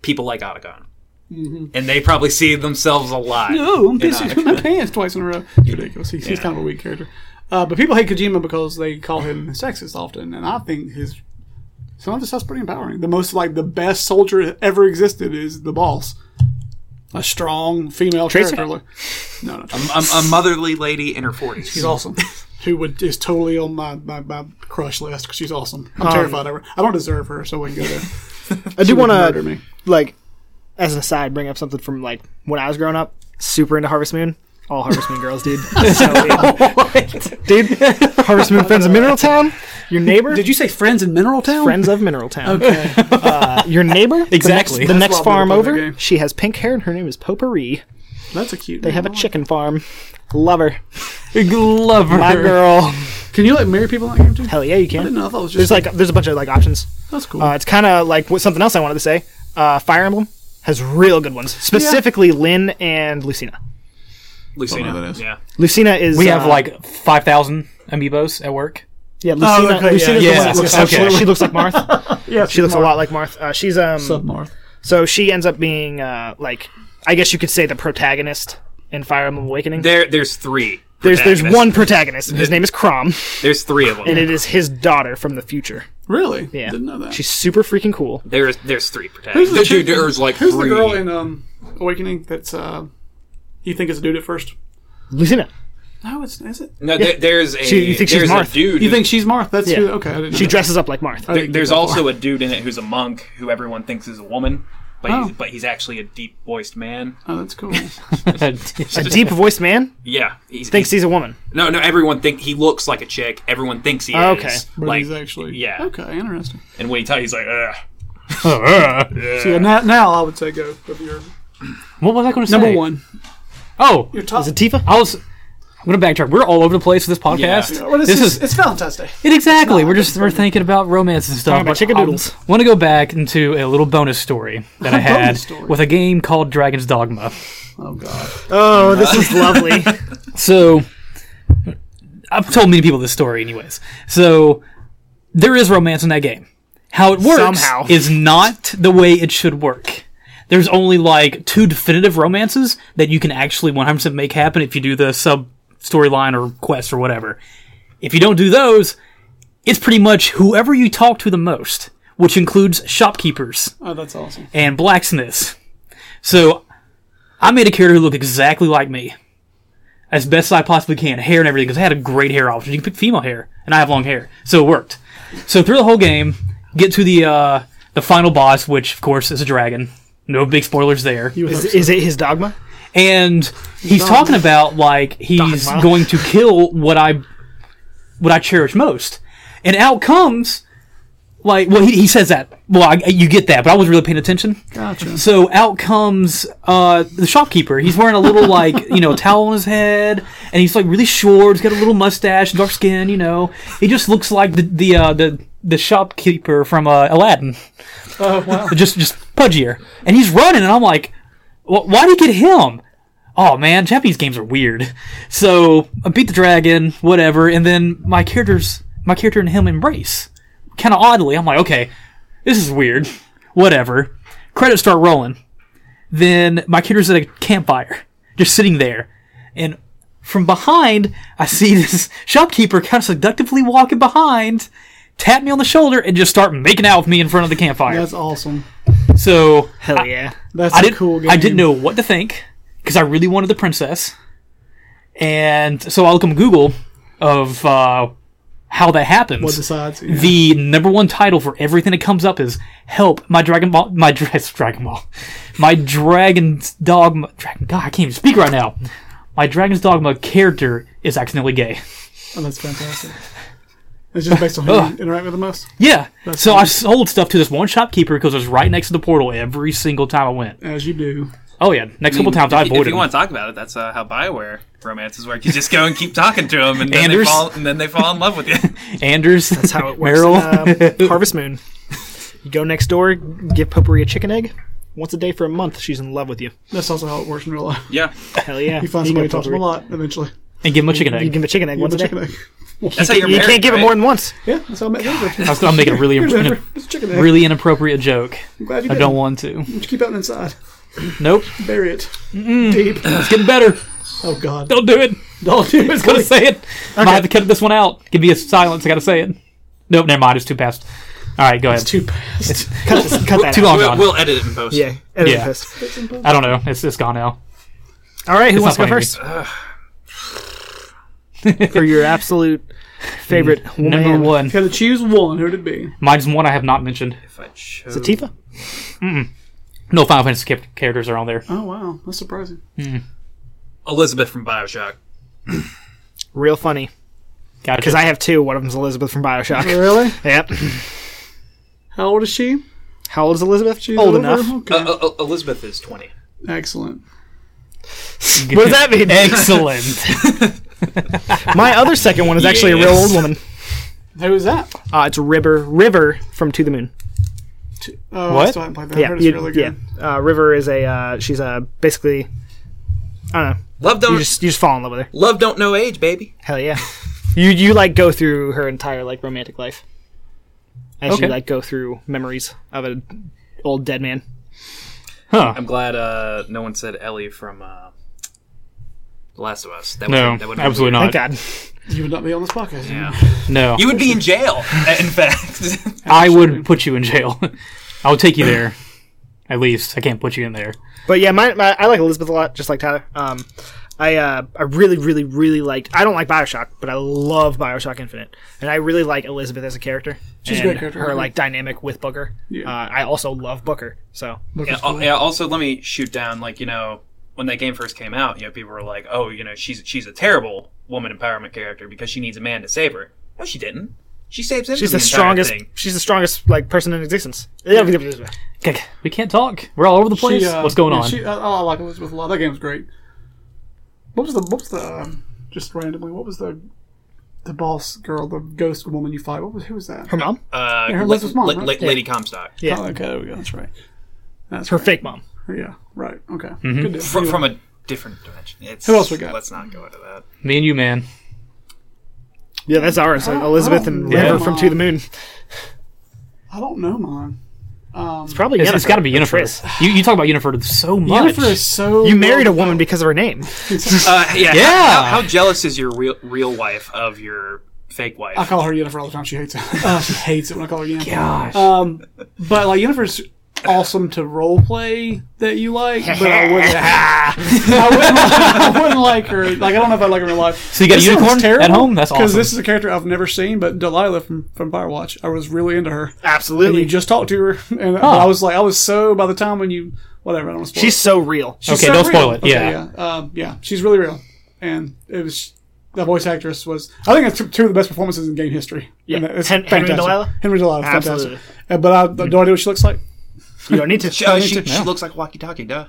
Speaker 1: People like Otacon,
Speaker 2: Mm-hmm.
Speaker 1: and they probably see themselves a lot.
Speaker 2: Oh, I'm
Speaker 1: In
Speaker 2: pissing my pants twice in a row. It's ridiculous. He's, he's kind of a weak character. Uh, but people hate Kojima because they call him sexist often, and I think his some of his stuff's pretty empowering. The most like the best soldier that ever existed is the boss, a strong female
Speaker 4: Tracer?
Speaker 2: character. Like, no, no,
Speaker 1: A, a motherly lady in her forties.
Speaker 2: she's
Speaker 4: [laughs]
Speaker 2: awesome. Who would is totally on my, my, my crush list? 'cause She's awesome. I'm
Speaker 4: Um,
Speaker 2: terrified of her. I don't deserve her, so we can go there.
Speaker 4: I do want
Speaker 2: Murder
Speaker 4: to
Speaker 2: me.
Speaker 4: like, as an aside, bring up something from like when I was growing up. Super into Harvest Moon. All Harvest Moon
Speaker 2: [laughs]
Speaker 4: girls, dude. So in. dude, Harvest Moon friends
Speaker 2: [laughs]
Speaker 4: of Mineral Town. Your neighbor.
Speaker 2: Did you say friends in Mineral Town?
Speaker 4: Friends of Mineral Town. Uh,
Speaker 2: [laughs]
Speaker 4: your neighbor,
Speaker 3: Exactly.
Speaker 4: The next, the next
Speaker 2: why we
Speaker 4: farm
Speaker 2: play that
Speaker 4: over,
Speaker 2: game.
Speaker 4: she has pink hair and her name is Potpourri.
Speaker 2: That's a cute.
Speaker 4: They have a chicken farm.
Speaker 2: [laughs]
Speaker 4: Love her,
Speaker 3: Love her.
Speaker 4: my girl.
Speaker 2: Can you like marry people in that game too?
Speaker 4: Hell yeah, you
Speaker 2: I didn't
Speaker 4: can.
Speaker 2: know. I thought it was just
Speaker 4: There's like there's a bunch of like options.
Speaker 2: that's cool.
Speaker 4: Uh, it's kind of like what something else I wanted to say. Uh, Fire Emblem has real good ones, specifically Lynn and Lucina.
Speaker 1: Lucina.
Speaker 2: Don't know who that is.
Speaker 1: Yeah.
Speaker 4: Lucina
Speaker 3: [laughs]
Speaker 4: is
Speaker 3: We have
Speaker 4: uh,
Speaker 3: like 5,000 amiibos
Speaker 2: [laughs]
Speaker 3: at work. [laughs]
Speaker 4: yeah Lucina.
Speaker 2: okay, yeah,
Speaker 4: Lucina's
Speaker 3: yeah,
Speaker 4: the one that
Speaker 3: yeah,
Speaker 4: looks
Speaker 3: okay.
Speaker 4: like- she looks like Marth.
Speaker 2: yeah,
Speaker 4: she looks a lot like Marth. Uh, she's um
Speaker 2: Submarth.
Speaker 4: so she ends up being uh like I guess you could say the protagonist in Fire Emblem Awakening.
Speaker 1: There, there's three.
Speaker 4: There's there's
Speaker 1: protagonists.
Speaker 4: one protagonist. and His name
Speaker 3: [laughs]
Speaker 4: is Crom,
Speaker 1: There's three of them.
Speaker 4: and it is his daughter from the future.
Speaker 2: Really?
Speaker 4: Yeah,
Speaker 2: Didn't know that.
Speaker 4: She's super freaking cool.
Speaker 1: there's there's three protagonists.
Speaker 2: Who's the
Speaker 1: Dude,
Speaker 2: chick-
Speaker 1: there's like
Speaker 2: Who's
Speaker 1: three.
Speaker 2: the girl in um, Awakening that's uh, you think is a dude at first?
Speaker 4: Lucina.
Speaker 2: No, it's is it?
Speaker 1: no, there, there's a.
Speaker 4: She- you think she's
Speaker 1: there's
Speaker 4: Marth.
Speaker 1: a dude.
Speaker 2: You
Speaker 1: who-
Speaker 2: think she's Marth? That's
Speaker 4: Yeah.
Speaker 2: who. Okay, I didn't.
Speaker 4: She
Speaker 2: know
Speaker 4: dresses up like Marth.
Speaker 2: that. I didn't get
Speaker 1: there's
Speaker 2: that
Speaker 1: also
Speaker 2: far.
Speaker 1: a dude in it who's a monk who everyone thinks is a woman, but he's,
Speaker 4: Oh.
Speaker 1: but he's actually a deep voiced man.
Speaker 2: [laughs] Oh, that's cool.
Speaker 4: A deep voiced man
Speaker 1: Yeah, he's,
Speaker 4: thinks he's a woman.
Speaker 1: no, no. Everyone think he looks like a chick. Everyone thinks he
Speaker 4: Oh, Okay.
Speaker 1: is.
Speaker 2: But
Speaker 1: like,
Speaker 2: he's actually.
Speaker 1: yeah.
Speaker 2: Okay, interesting.
Speaker 1: and when he tells, he's like, Ugh.
Speaker 2: So yeah, now, now I would say go with your
Speaker 3: What was I going to say?
Speaker 2: number one.
Speaker 3: Oh,
Speaker 2: Your top.
Speaker 4: Is it Tifa?
Speaker 3: I was. I'm gonna backtrack. We're all over the place with this podcast.
Speaker 2: What is
Speaker 3: this
Speaker 2: this?
Speaker 3: is
Speaker 2: It's Valentine's Day.
Speaker 3: it exactly. We're just we're thinking about romance and stuff.
Speaker 4: about chicken doodles.
Speaker 3: want to go back into a little bonus story
Speaker 2: [laughs]
Speaker 3: that I had
Speaker 2: Bonus story.
Speaker 3: with a game called Dragon's Dogma.
Speaker 2: Oh God.
Speaker 4: Oh, this [laughs] is lovely.
Speaker 3: So I've told many people this story, anyways. So there is romance in that game. How it works
Speaker 4: Somehow.
Speaker 3: is not the way it should work. There's only like two definitive romances that you can actually 100% make happen if you do the sub storyline or quest or whatever. If you don't do those, it's pretty much whoever you talk to the most, which includes shopkeepers
Speaker 2: Oh, that's awesome.
Speaker 3: and blacksmiths. So I made a character who looked exactly like me. As best as I possibly can, hair and everything, because I had a great hair option. You can pick female hair, and I have long hair, so it worked. So through the whole game, get to the uh, the final boss, which of course is a dragon. No big spoilers there.
Speaker 4: Is, is it his dogma?
Speaker 3: And he's talking
Speaker 2: [laughs]
Speaker 3: about like he's
Speaker 4: Dogma.
Speaker 3: going to kill what I what I cherish most, and out comes like well he, he says that well I, you get that, but I was really paying attention.
Speaker 2: Gotcha.
Speaker 3: So out comes uh, the shopkeeper. He's wearing
Speaker 2: [laughs]
Speaker 3: a little like you know towel on his head, and he's like really short. He's got a little mustache, dark skin. You know, he just looks like the the uh, the the shopkeeper from uh, Aladdin.
Speaker 2: Oh, wow.
Speaker 3: Just just pudgier, and he's running, and I'm like, "Wh- why do you get him? Oh man, Japanese games are weird. So I beat the dragon, whatever, and then my characters, my character and him embrace, kind of oddly. I'm like, okay, this is weird. Whatever. Credits start rolling. Then my character's at a campfire, just sitting there, and from behind, I see [laughs] this shopkeeper kind of seductively walking behind, tap me on the shoulder, and just start making out with me in front of the campfire.
Speaker 2: That's awesome.
Speaker 3: So
Speaker 4: Hell yeah.
Speaker 2: That's
Speaker 3: I
Speaker 2: a
Speaker 3: didn't,
Speaker 2: cool game.
Speaker 3: I didn't know what to think because I really wanted the princess, and so I look on Google of uh, how that happens.
Speaker 2: what decides. Yeah.
Speaker 3: the number one title for everything that comes up is "Help!" My Dragon Ball, my dra- [laughs] Dragon Ball, my Dragon's Dogma. Dragon, God, I can't even speak right now. My Dragon's Dogma character is accidentally gay.
Speaker 2: Oh, that's fantastic. It's just based on [laughs] who you interact with the most.
Speaker 3: Yeah, so I
Speaker 2: funny.
Speaker 3: sold stuff to this one shopkeeper because it was right next to the portal every single time I went.
Speaker 2: As you do.
Speaker 3: Oh yeah, next couple times I
Speaker 1: if, you-
Speaker 3: avoided.
Speaker 1: if you
Speaker 3: him.
Speaker 1: want to talk about it, that's uh, how Bioware romances work. You just go and keep talking to them, and then, they
Speaker 3: Anders?
Speaker 1: fall, and then they fall in love with you.
Speaker 3: Anders. That's
Speaker 4: That's how it works. in, um, Harvest Moon. You go next door, give Potpourri a chicken egg. Once a day for a month, she's in love with you.
Speaker 2: That's also how it works in real life.
Speaker 1: [laughs] Yeah,
Speaker 4: Hell yeah.
Speaker 2: You find
Speaker 4: go
Speaker 2: somebody who talks to
Speaker 4: Potpourri.
Speaker 2: a lot eventually.
Speaker 3: and give him a chicken
Speaker 4: You
Speaker 3: egg.
Speaker 4: give him a chicken egg
Speaker 2: You have
Speaker 4: once
Speaker 2: a
Speaker 4: a day.
Speaker 2: chicken egg.
Speaker 1: that's how you're
Speaker 4: You
Speaker 1: married,
Speaker 4: can't give it
Speaker 1: right?
Speaker 4: more than once.
Speaker 2: Yeah, that's how I met Denver.
Speaker 3: I was gonna make a really,
Speaker 2: [laughs] Here's
Speaker 3: in,
Speaker 2: Denver. It's a chicken egg.
Speaker 3: really inappropriate joke.
Speaker 2: I'm glad you
Speaker 3: I
Speaker 2: did.
Speaker 3: don't want to.
Speaker 4: [laughs]
Speaker 2: Keep that one inside.
Speaker 3: Nope.
Speaker 2: Bury it. Deep.
Speaker 3: It's getting better.
Speaker 2: Oh, God.
Speaker 3: Don't do it.
Speaker 2: Don't do it.
Speaker 3: Just [laughs] gonna say it. I have to cut this one out. Give me a silence. I gotta say it. Nope. Never mind. It's too past. All right. Go ahead.
Speaker 2: Too fast.
Speaker 4: Cut, this, cut that
Speaker 3: Too
Speaker 4: out.
Speaker 3: long
Speaker 1: We'll,
Speaker 3: gone.
Speaker 1: we'll edit it in post.
Speaker 4: Yeah. edit
Speaker 3: Yeah.
Speaker 4: this.
Speaker 3: I don't know. It's it's gone now.
Speaker 4: All right, who
Speaker 3: It's
Speaker 4: wants to
Speaker 3: not
Speaker 4: go
Speaker 3: funny
Speaker 4: first? For your absolute favorite woman.
Speaker 3: Number one.
Speaker 2: If you had to choose one, who would it be?
Speaker 3: Mine's one I have not mentioned.
Speaker 1: If I chose,
Speaker 4: Is it Tifa?
Speaker 3: No Final Fantasy cap- characters are on there.
Speaker 2: Oh, wow. That's surprising.
Speaker 1: Elizabeth from Bioshock.
Speaker 4: Real funny.
Speaker 3: Gotcha.
Speaker 4: Because I have two. One of them's Elizabeth from Bioshock.
Speaker 2: Really?
Speaker 4: [laughs] yep.
Speaker 2: How old is she?
Speaker 4: How old is Elizabeth?
Speaker 2: She's
Speaker 4: old
Speaker 2: over?
Speaker 4: enough.
Speaker 2: Okay.
Speaker 1: Uh, uh, uh, Elizabeth is twenty.
Speaker 2: Excellent.
Speaker 3: [laughs]
Speaker 4: What does that mean?
Speaker 3: Excellent.
Speaker 4: [laughs] My other second one is actually a real
Speaker 1: Yes.
Speaker 4: old woman.
Speaker 2: Who is that?
Speaker 4: Uh, it's River. River from To the Moon.
Speaker 2: Oh,
Speaker 3: What?
Speaker 2: I still haven't played that. I
Speaker 4: Yeah,
Speaker 2: heard it's
Speaker 4: you-
Speaker 2: really good.
Speaker 4: yeah. Uh, River is a uh, she's a basically I don't know.
Speaker 1: Love don't
Speaker 4: You just you just fall in love with her.
Speaker 1: love don't know age, baby.
Speaker 2: [laughs]
Speaker 4: Hell yeah. you you like go through her entire like romantic life, as
Speaker 3: Okay.
Speaker 4: you like go through memories of an old dead man.
Speaker 3: Huh.
Speaker 1: I'm glad uh, no one said Ellie from uh, The Last of Us. That would-
Speaker 3: No.
Speaker 1: that would-
Speaker 3: Absolutely
Speaker 4: Thank
Speaker 3: not.
Speaker 4: God.
Speaker 2: You would not be on this podcast.
Speaker 1: Yeah.
Speaker 3: No.
Speaker 1: You would be in jail. [laughs] In fact,
Speaker 3: I would put you in jail. [laughs] I would take you there. At least I can't put you in there.
Speaker 4: But yeah, my, my I like Elizabeth a lot, just like Tyler. Um, I uh, I really really really liked. I don't like Bioshock, but I love Bioshock Infinite, and I really like Elizabeth as a character. She's
Speaker 2: a great character,
Speaker 4: Her
Speaker 2: yeah.
Speaker 4: like dynamic with Booker.
Speaker 2: Yeah.
Speaker 4: Uh, I also love Booker. So
Speaker 1: yeah, al- yeah, also let me shoot down like you know when that game first came out you know people were like oh you know she's she's a terrible woman empowerment character because she needs a man to save her no she didn't she saves him
Speaker 4: she's
Speaker 1: through
Speaker 4: the,
Speaker 1: the, entire
Speaker 4: strongest.
Speaker 1: thing.
Speaker 4: She's the strongest like person in existence. Yeah.
Speaker 3: Okay, We can't talk. We're all over the place.
Speaker 2: She, uh,
Speaker 3: What's going
Speaker 2: yeah,
Speaker 3: on?
Speaker 2: She, uh, oh, I like Elizabeth a lot. That game's great. What was the? What was the? Um, just randomly, what was the? The boss girl, the ghost woman you fight. What was? Who was that?
Speaker 4: Her mom,
Speaker 1: uh
Speaker 2: her
Speaker 1: la-
Speaker 2: Elizabeth's mom,
Speaker 1: la-
Speaker 2: right?
Speaker 1: la- lady comstock
Speaker 4: Yeah.
Speaker 2: Oh, okay, there we go. That's right. That's
Speaker 4: her fake mom.
Speaker 2: right. Yeah. Right. Okay. Good deal.
Speaker 1: from,
Speaker 2: Anyway,
Speaker 1: from a different dimension it's,
Speaker 2: Who else we got?
Speaker 1: let's not go into that
Speaker 3: Me and you, man.
Speaker 4: Yeah, that's ours. Elizabeth and
Speaker 2: Yeah.
Speaker 4: River from To the Moon.
Speaker 2: I don't know mine.
Speaker 4: It's probably
Speaker 3: It's, it's
Speaker 4: Yennefer.
Speaker 3: got to be Unifer.
Speaker 4: Triss.
Speaker 3: You, you talk about Unifer so much.
Speaker 2: Jennifer is so.
Speaker 4: You married a woman because of her name.
Speaker 1: Uh, yeah.
Speaker 3: Yeah.
Speaker 1: How, how jealous is your real real wife of your fake wife?
Speaker 2: I call her Jennifer all the time. She hates it. [laughs] Uh, she hates it when I call her Jennifer.
Speaker 4: Oh,
Speaker 3: Gosh.
Speaker 1: Uh,
Speaker 2: Um, but like Jennifer's awesome to role play that you like, but I wouldn't. I wouldn't, I wouldn't like her. Like I don't know if I like her in real life.
Speaker 3: so you got a
Speaker 2: This sounds
Speaker 3: unicorn
Speaker 2: terrible,
Speaker 3: at home? That's
Speaker 2: Because
Speaker 3: awesome.
Speaker 2: this is a character I've never seen, but Delilah from, from Firewatch, I was really into her. And you
Speaker 4: Absolutely.
Speaker 2: just talked to her, and I was like, I was so by the time when you whatever, I don't want to spoil.
Speaker 4: She's
Speaker 2: it.
Speaker 4: so real.
Speaker 2: She's
Speaker 3: Okay,
Speaker 2: so
Speaker 3: don't
Speaker 2: real.
Speaker 3: spoil it.
Speaker 2: Okay,
Speaker 3: Yeah.
Speaker 2: yeah, um, yeah. She's really real, and it was the voice actress was. I think it's th- two of the best performances in game history.
Speaker 4: Yeah.
Speaker 2: And it's
Speaker 4: Hen- Henry
Speaker 2: fantastic.
Speaker 4: Delilah?
Speaker 2: Henry Delilah, fantastic.
Speaker 4: Absolutely.
Speaker 2: Uh, but I have no idea what she looks like.
Speaker 4: You don't need to.
Speaker 1: She, uh, she,
Speaker 2: Yeah.
Speaker 1: she looks like walkie talkie, duh.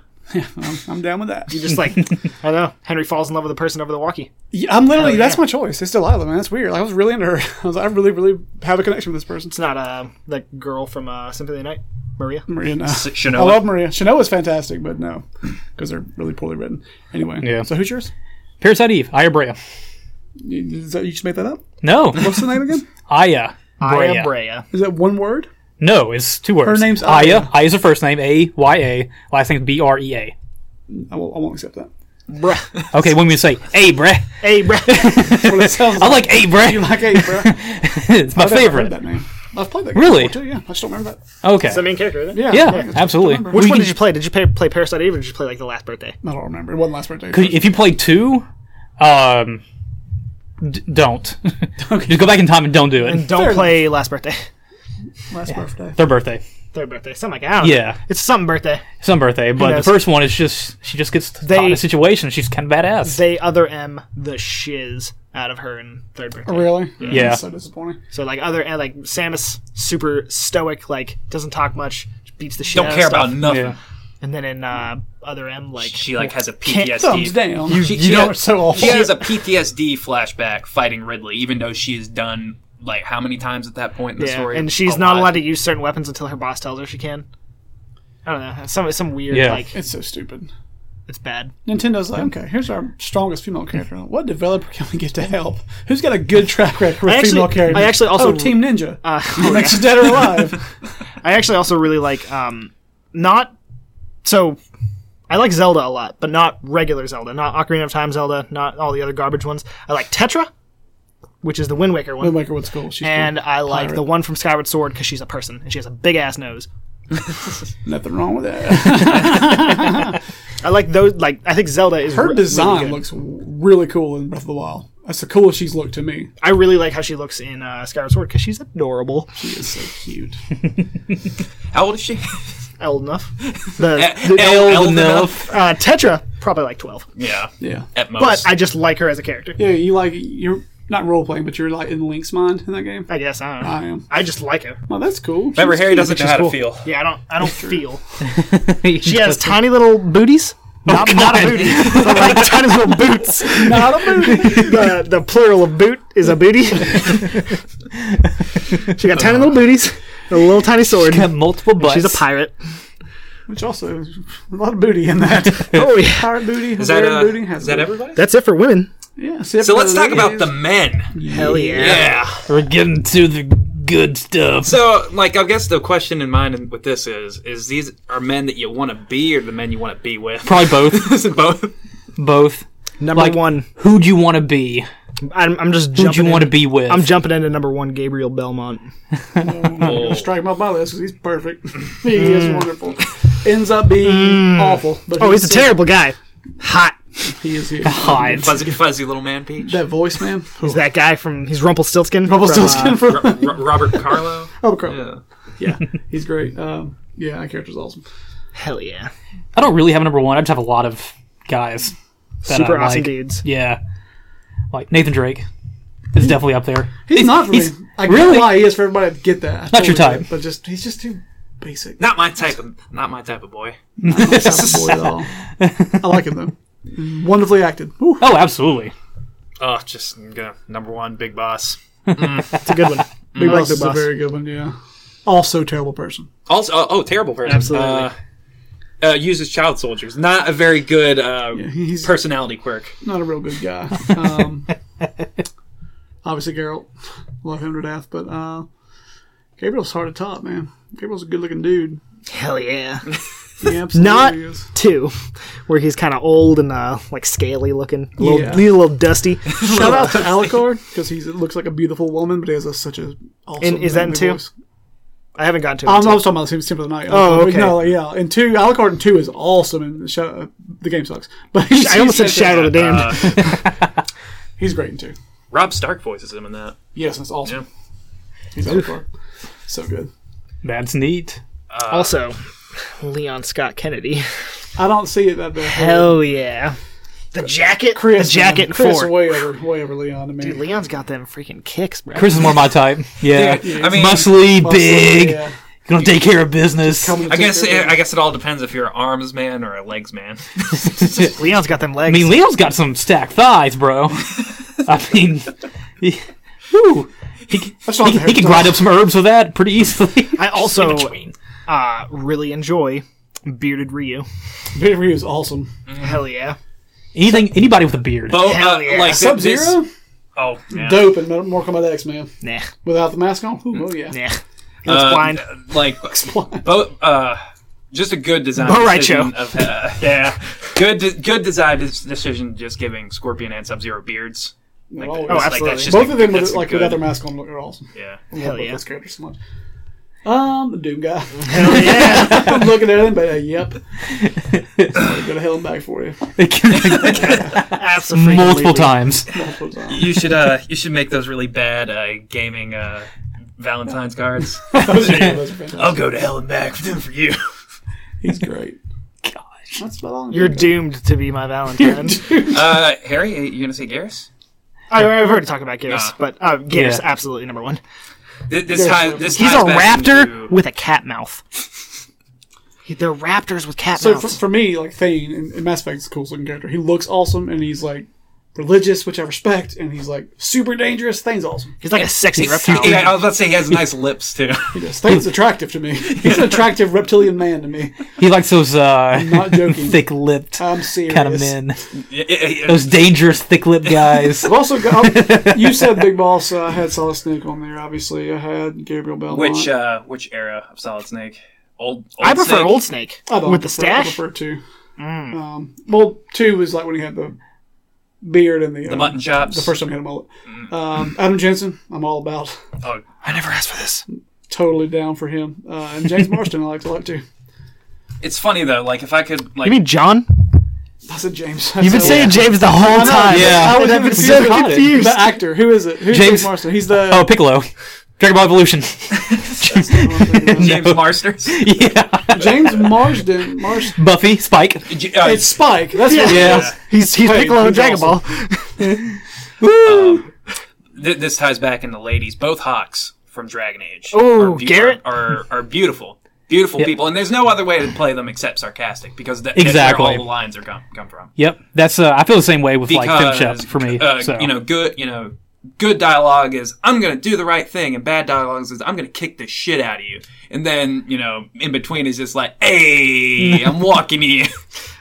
Speaker 2: I'm, I'm down with that.
Speaker 4: You just like, I don't know. Henry falls in love with the person over the walkie.
Speaker 2: Yeah, I'm literally that's my choice. It's Delilah, man. That's weird. Like, I was really into her. [laughs] I was like, I really, really have a connection with this person.
Speaker 4: It's not uh, that girl from uh, Symphony of the Night, Maria.
Speaker 2: Maria, no.
Speaker 1: Shanoa.
Speaker 2: I love Maria. Chinoa's fantastic, but no, because they're really poorly written. Anyway,
Speaker 3: Yeah.
Speaker 2: So who's yours?
Speaker 3: Parasite Eve, Aya Brea.
Speaker 2: You, is that, you just made that up.
Speaker 3: No,
Speaker 2: What's the name again?
Speaker 3: Aya. Brea.
Speaker 4: Aya Brea.
Speaker 2: Is that one word?
Speaker 3: No, it's two words.
Speaker 2: name's Aya.
Speaker 3: Aya. Aya is her first name, A Y A. Last name's B R E A.
Speaker 2: I won't, I won't accept that.
Speaker 4: Bruh.
Speaker 3: Okay, when we say "Hey, bruh,"
Speaker 4: Hey, bruh.
Speaker 2: Well,
Speaker 3: [laughs]
Speaker 2: it sounds
Speaker 3: I like "Hey, bruh."
Speaker 2: like [laughs] hey, bro.
Speaker 3: [laughs] it's my
Speaker 2: I've never heard
Speaker 3: favorite.
Speaker 2: that name. I've played that.
Speaker 3: Really?
Speaker 2: Game before, too, yeah. I just don't remember that.
Speaker 3: Okay.
Speaker 4: the main character, isn't it?
Speaker 2: Yeah.
Speaker 3: yeah, absolutely.
Speaker 4: Which
Speaker 3: We
Speaker 4: one
Speaker 3: can-
Speaker 4: did you play? Did you play, play Parasite Eve or did you play like the last birthday?
Speaker 2: I don't remember. It wasn't last birthday.
Speaker 3: Could- if you play two, um, d- don't. [laughs] Just go back in time and don't do it.
Speaker 4: Don't
Speaker 2: Fair
Speaker 4: play last birthday.
Speaker 2: last birthday.
Speaker 3: Their birthday,
Speaker 4: Third birthday. Something like that. I don't know.
Speaker 3: yeah,
Speaker 4: It's some birthday.
Speaker 3: some birthday, but the
Speaker 4: knows?
Speaker 3: first one is just she just gets
Speaker 4: They-
Speaker 3: caught in a situation. She's kind of badass.
Speaker 4: They other M the shiz out of her in third birthday.
Speaker 2: Really?
Speaker 3: Yeah.
Speaker 2: That's so disappointing.
Speaker 4: So like other and like Samus, super stoic, like doesn't talk much, just beats the shit.
Speaker 1: Don't
Speaker 4: out of
Speaker 1: care
Speaker 4: stuff.
Speaker 1: about nothing.
Speaker 4: [laughs]
Speaker 3: yeah,
Speaker 4: And then in uh, other M, like
Speaker 1: She like has a
Speaker 4: Can't-
Speaker 1: PTSD.
Speaker 2: Thumbs down. You,
Speaker 1: She,
Speaker 2: you
Speaker 1: she
Speaker 2: know,
Speaker 1: has,
Speaker 2: it's so awful.
Speaker 1: she has a PTSD flashback fighting Ridley, even though she has done like how many times at that point in the
Speaker 4: yeah,
Speaker 1: story?
Speaker 4: and she's
Speaker 1: A
Speaker 4: not
Speaker 1: lot.
Speaker 4: allowed to use certain weapons until her boss tells her she can. I don't know. Some some weird
Speaker 2: [laughs]
Speaker 3: Yeah.
Speaker 4: like
Speaker 2: It's so stupid.
Speaker 4: it's bad.
Speaker 2: Nintendo's like, okay, here's our strongest female character. What developer can we get to help? Who's got a good track record with
Speaker 4: I actually-
Speaker 2: female characters?
Speaker 4: I actually also-
Speaker 2: oh, Team Ninja.
Speaker 4: Uh, [laughs]
Speaker 2: Makes you dead or alive.
Speaker 4: I actually also really like um not so I like Zelda a lot, but not regular Zelda, not Ocarina of Time Zelda, not all the other garbage ones. I like Tetra, which is the Wind Waker one.
Speaker 2: Wind Waker was cool. She's
Speaker 4: and
Speaker 2: cool.
Speaker 4: I like
Speaker 2: Pirate.
Speaker 4: the one from Skyward Sword because she's a person and she has a big ass nose.
Speaker 2: nothing wrong with that.
Speaker 4: I like those. Like I think Zelda is re-
Speaker 2: Her
Speaker 4: [laughs] really
Speaker 2: design
Speaker 4: good.
Speaker 2: looks really cool in Breath of the Wild. That's the coolest she's looked to me.
Speaker 4: I really like how she looks in uh, Skyward Sword because she's adorable.
Speaker 2: She is so
Speaker 3: [laughs]
Speaker 2: cute.
Speaker 1: How old is
Speaker 4: [laughs]
Speaker 1: she?
Speaker 4: Old
Speaker 2: [laughs]
Speaker 4: enough. The,
Speaker 1: Old
Speaker 4: the
Speaker 1: enough.
Speaker 4: uh, Tetra probably like twelve,
Speaker 1: Yeah,
Speaker 2: Yeah.
Speaker 1: at most.
Speaker 4: but I just like her as a character.
Speaker 2: Yeah, you like you're not role playing, but you're like in Link's mind in that game.
Speaker 4: I guess I don't know.
Speaker 2: I am.
Speaker 4: I just like her.
Speaker 2: Well, that's cool.
Speaker 1: Remember,
Speaker 2: She's
Speaker 1: Harry
Speaker 2: cute,
Speaker 1: doesn't
Speaker 2: but
Speaker 1: know
Speaker 2: she's
Speaker 1: how
Speaker 2: cool.
Speaker 1: to feel.
Speaker 4: Yeah, I don't. I don't feel.
Speaker 3: she
Speaker 4: She has tiny little booties. Not, not a
Speaker 3: God.
Speaker 4: booty. but like tiny little boots.
Speaker 2: Not a movie.
Speaker 4: The, the plural of boot is a booty. [laughs] she got tiny little booties, and a little tiny sword.
Speaker 3: multiple butts.
Speaker 4: She's a pirate.
Speaker 2: Which also a lot of booty in that.
Speaker 1: [laughs]
Speaker 4: Oh yeah.
Speaker 2: Pirate booty.
Speaker 1: is that,
Speaker 2: Hungarian
Speaker 1: uh,
Speaker 2: booty,
Speaker 1: is that
Speaker 2: Hasbro.
Speaker 1: everybody?
Speaker 4: That's it for women.
Speaker 2: Yeah.
Speaker 1: So let's talk about
Speaker 2: [laughs]
Speaker 1: the men.
Speaker 4: Hell yeah.
Speaker 1: Yeah.
Speaker 3: We're getting to the good stuff.
Speaker 1: So, like, I guess the question in mind with this is: is these are men that you want to be, or the men you want to be with?
Speaker 3: Probably both.
Speaker 1: [laughs]
Speaker 4: [laughs]
Speaker 1: Is it both?
Speaker 3: both.
Speaker 4: Number
Speaker 3: Like-
Speaker 4: one.
Speaker 3: Who'd you want to be?
Speaker 4: I'm, I'm just
Speaker 3: Who'd
Speaker 4: jumping.
Speaker 3: you want to
Speaker 4: in-
Speaker 3: be with?
Speaker 4: I'm jumping into number one, Gabriel Belmont.
Speaker 1: Oh. Mm.
Speaker 2: Strike him off my list 'cause he's perfect. he is wonderful. Ends up being awful. But
Speaker 4: Oh, he's a terrible guy. Hot.
Speaker 2: He is here.
Speaker 1: Oh.
Speaker 3: Hide.
Speaker 1: Fuzzy, fuzzy little man, Peach.
Speaker 2: That voice, man. Oh,
Speaker 4: He's that guy from. He's Rumpelstiltskin.
Speaker 2: Rumpelstiltskin
Speaker 4: From, uh,
Speaker 2: from
Speaker 1: Ro- [laughs] Ro- Robert Carlo.
Speaker 2: Oh, crap.
Speaker 1: Yeah.
Speaker 2: Yeah.
Speaker 1: [laughs]
Speaker 2: he's great. Um, yeah, that character's awesome.
Speaker 4: uh, hell yeah.
Speaker 3: I don't really have a number one. I just have a lot of guys. that
Speaker 4: Super
Speaker 3: I
Speaker 4: awesome
Speaker 3: like.
Speaker 4: dudes.
Speaker 3: Yeah. Like Nathan Drake is definitely up there.
Speaker 2: He's, not for
Speaker 3: he's-
Speaker 2: me. I get
Speaker 3: really?
Speaker 2: why he is for everybody. I get that. I
Speaker 3: Not
Speaker 2: totally
Speaker 3: your
Speaker 2: get
Speaker 3: type.
Speaker 2: it, But just he's just too basic.
Speaker 1: Not my type of, not my type of boy.
Speaker 2: Not a boy at all. I like him though. Wonderfully acted. Whew.
Speaker 3: Oh, absolutely.
Speaker 1: Oh, just I'm gonna number one, big boss.
Speaker 4: It's a good one. Big
Speaker 2: That's
Speaker 4: Boss
Speaker 2: a
Speaker 4: Big Boss.
Speaker 2: very good one. Yeah. Also, terrible person.
Speaker 1: Also, oh, oh, terrible person.
Speaker 4: Absolutely.
Speaker 1: Uh, uh, uses child soldiers. Not a very good uh,
Speaker 2: He's
Speaker 1: personality quirk.
Speaker 4: [laughs]
Speaker 2: not a real good guy. Um, Obviously, Geralt, love him to death, but uh, Gabriel's hard to top, man. Gabriel's a good-looking dude.
Speaker 4: Hell yeah.
Speaker 2: He absolutely
Speaker 4: Not
Speaker 2: is.
Speaker 4: [laughs] two, where he's kind of old and uh, like scaly looking, a little,
Speaker 2: Yeah.
Speaker 4: a little dusty.
Speaker 2: Shout out to Alucard because he looks like a beautiful woman, but he has a, such a awesome.
Speaker 4: And is that in
Speaker 2: manly
Speaker 4: two?
Speaker 2: voice.
Speaker 4: I haven't gotten to.
Speaker 2: I
Speaker 4: it.
Speaker 2: was, I was talking about Sim- Simple of the Night.
Speaker 4: Oh,
Speaker 2: Alucard.
Speaker 4: okay.
Speaker 2: No, like, yeah, and two Alucard and two is awesome, and sh- uh, the game sucks. [laughs] But he's,
Speaker 4: I almost said Shadow of the Damned.
Speaker 2: he's great in two.
Speaker 1: Uh, Rob Stark voices him in that.
Speaker 2: Yes, that's awesome. He's Alucard, so good.
Speaker 3: That's neat.
Speaker 4: also, uh, Leon Scott Kennedy.
Speaker 2: I don't see it that bad.
Speaker 4: [laughs] Hell yeah. The jacket,
Speaker 2: Chris,
Speaker 4: the jacket
Speaker 2: man.
Speaker 4: in
Speaker 2: Chris,
Speaker 4: four.
Speaker 2: way over, way over Leon to me.
Speaker 4: Dude, Leon's got them freaking kicks, bro.
Speaker 3: Chris is more my type. Yeah.
Speaker 1: I mean,
Speaker 3: muscly, big,
Speaker 2: Yeah.
Speaker 3: gonna take care of business. I
Speaker 1: I guess it, I guess it all depends if you're an arms man or a legs
Speaker 3: [laughs]
Speaker 1: man.
Speaker 4: [laughs]
Speaker 1: [laughs]
Speaker 4: Leon's got them legs.
Speaker 3: mean, Leo's got some stacked thighs, bro.
Speaker 2: [laughs]
Speaker 3: I mean, he, whew. he, c-
Speaker 2: not
Speaker 3: he,
Speaker 2: the
Speaker 3: he can grind up some herbs with that pretty easily.
Speaker 4: I also uh, really enjoy bearded Ryu.
Speaker 2: Peter Ryu is awesome.
Speaker 4: Hell yeah.
Speaker 3: [laughs] Anything, anybody with a beard. [laughs]
Speaker 1: Oh,
Speaker 4: Hell
Speaker 1: uh,
Speaker 4: yeah.
Speaker 1: like
Speaker 2: Sub
Speaker 1: this-
Speaker 2: Zero,
Speaker 1: Oh, yeah.
Speaker 2: dope in Mortal Kombat X, man.
Speaker 4: Nah,
Speaker 2: Without the mask on, Ooh, oh yeah. [laughs]
Speaker 4: nah. He looks
Speaker 1: Uh,
Speaker 4: blind.
Speaker 1: Like
Speaker 2: Blind.
Speaker 1: both. Uh, just a good design.
Speaker 4: All right,
Speaker 1: decision
Speaker 4: Joe.
Speaker 1: Of, uh, [laughs] yeah, good de- good design des- decision. Just giving Scorpion and Sub Zero beards. Like,
Speaker 2: Oh,
Speaker 1: that's-
Speaker 2: yeah.
Speaker 1: like,
Speaker 4: absolutely.
Speaker 1: that's just
Speaker 2: Both of them,
Speaker 1: that's
Speaker 2: with, like
Speaker 1: good.
Speaker 2: without their mask on, look, are awesome.
Speaker 1: Yeah.
Speaker 2: I love both
Speaker 4: yeah.
Speaker 2: those characters so much. Um, the Doom guy.
Speaker 4: Hell yeah.
Speaker 2: [laughs] I'm looking at him, but uh, yep. Sorry, go to hell and back for you. [laughs]
Speaker 4: Absolutely.
Speaker 3: Multiple times.
Speaker 1: [laughs]
Speaker 2: Multiple times.
Speaker 1: You should uh, you should make those really bad uh, gaming uh, Valentine's
Speaker 2: [laughs]
Speaker 1: cards. [laughs]
Speaker 2: Those are- those are fantastic.
Speaker 1: I'll go to hell and back for them for you.
Speaker 2: He's great.
Speaker 3: Gosh.
Speaker 2: That's about all. I'm
Speaker 4: You're
Speaker 2: doing.
Speaker 4: doomed to be my [laughs] Valentine.
Speaker 1: Uh, Harry, you gonna say Garrus?
Speaker 4: I, I've already talked about Gears,
Speaker 1: Nah.
Speaker 4: but uh, Gears,
Speaker 3: Yeah.
Speaker 4: absolutely number one.
Speaker 1: Th- This time, this
Speaker 4: He's a
Speaker 1: ties back
Speaker 4: raptor
Speaker 1: into-
Speaker 4: with a cat mouth. He- They're raptors with cat
Speaker 2: So for,
Speaker 4: mouths.
Speaker 2: for me, like Thane in, in Mass Effect is a cool looking character. He looks awesome, and he's like religious, which I respect, and he's like super dangerous. Thane's awesome.
Speaker 4: He's like a sexy reptile.
Speaker 1: Yeah, I was about to say he has nice lips too. [laughs]
Speaker 2: He does. Thane's attractive to me. He's an attractive reptilian man to me.
Speaker 3: He likes those uh, [laughs]
Speaker 2: Not joking. Uh,
Speaker 3: thick-lipped
Speaker 2: I'm serious.
Speaker 3: kind of men.
Speaker 1: Yeah, yeah, yeah.
Speaker 3: Those dangerous,
Speaker 1: [laughs]
Speaker 3: thick-lipped guys.
Speaker 2: I've also got. oh, you said Big Boss. Uh, I had Solid Snake on there. Obviously, I had Gabriel Belmont.
Speaker 1: Which uh, which era of Solid Snake? Old. old
Speaker 4: I prefer
Speaker 1: Snake?
Speaker 4: Old Snake
Speaker 2: I don't
Speaker 4: with the
Speaker 2: prefer- I
Speaker 4: stash.
Speaker 2: prefer two.
Speaker 1: Mm.
Speaker 2: Um, well, two was like when he had the beard and the,
Speaker 1: the Mm. mutton chops.
Speaker 2: The first time he had a mullet. Um, Adam Jensen, I'm all about. [laughs]
Speaker 1: Oh,
Speaker 3: I never asked for this.
Speaker 2: Totally down for him. Uh, and James Marston, I like to like too.
Speaker 1: it's funny though. Like if I could, like
Speaker 4: You mean John?
Speaker 2: I said [laughs] James.
Speaker 4: You've been saying James the whole time.
Speaker 3: Yeah.
Speaker 2: I was
Speaker 4: I've
Speaker 2: even
Speaker 4: been
Speaker 2: confused.
Speaker 4: so
Speaker 2: about it.
Speaker 4: confused.
Speaker 2: The actor, who is it? Who's James,
Speaker 3: James-
Speaker 2: Marston? He's the.
Speaker 3: Oh, Piccolo. Dragon
Speaker 2: [laughs]
Speaker 3: Ball Evolution.
Speaker 2: Oh.
Speaker 1: James
Speaker 4: [laughs]
Speaker 1: Marsters. [laughs] uh,
Speaker 3: yeah.
Speaker 2: James Marsden. Marston.
Speaker 3: Buffy, Spike.
Speaker 1: J- uh,
Speaker 2: It's Spike. That's what it
Speaker 3: Yeah.
Speaker 2: is.
Speaker 4: He's he's
Speaker 2: Hey,
Speaker 4: Piccolo in
Speaker 2: he's
Speaker 4: Dragon
Speaker 2: awesome.
Speaker 4: Ball.
Speaker 1: th- this ties back into ladies. Both Hawks from Dragon Age.
Speaker 4: Oh,
Speaker 1: are beau-
Speaker 4: Garrett?
Speaker 1: are, are are beautiful, beautiful people, and there's no other way to play them except sarcastic because that, that's
Speaker 3: Exactly.
Speaker 1: where all the lines are come come from.
Speaker 3: Yep. That's. Uh, I feel the same way with
Speaker 1: Because
Speaker 3: like Fem Shep for me.
Speaker 1: uh,
Speaker 3: so.
Speaker 1: you know, good you know. Good dialogue is I'm gonna do the right thing, and bad dialogue is I'm gonna kick the shit out of you. And then you know, in between is just like,
Speaker 3: [laughs]
Speaker 1: "Hey, I'm walking you."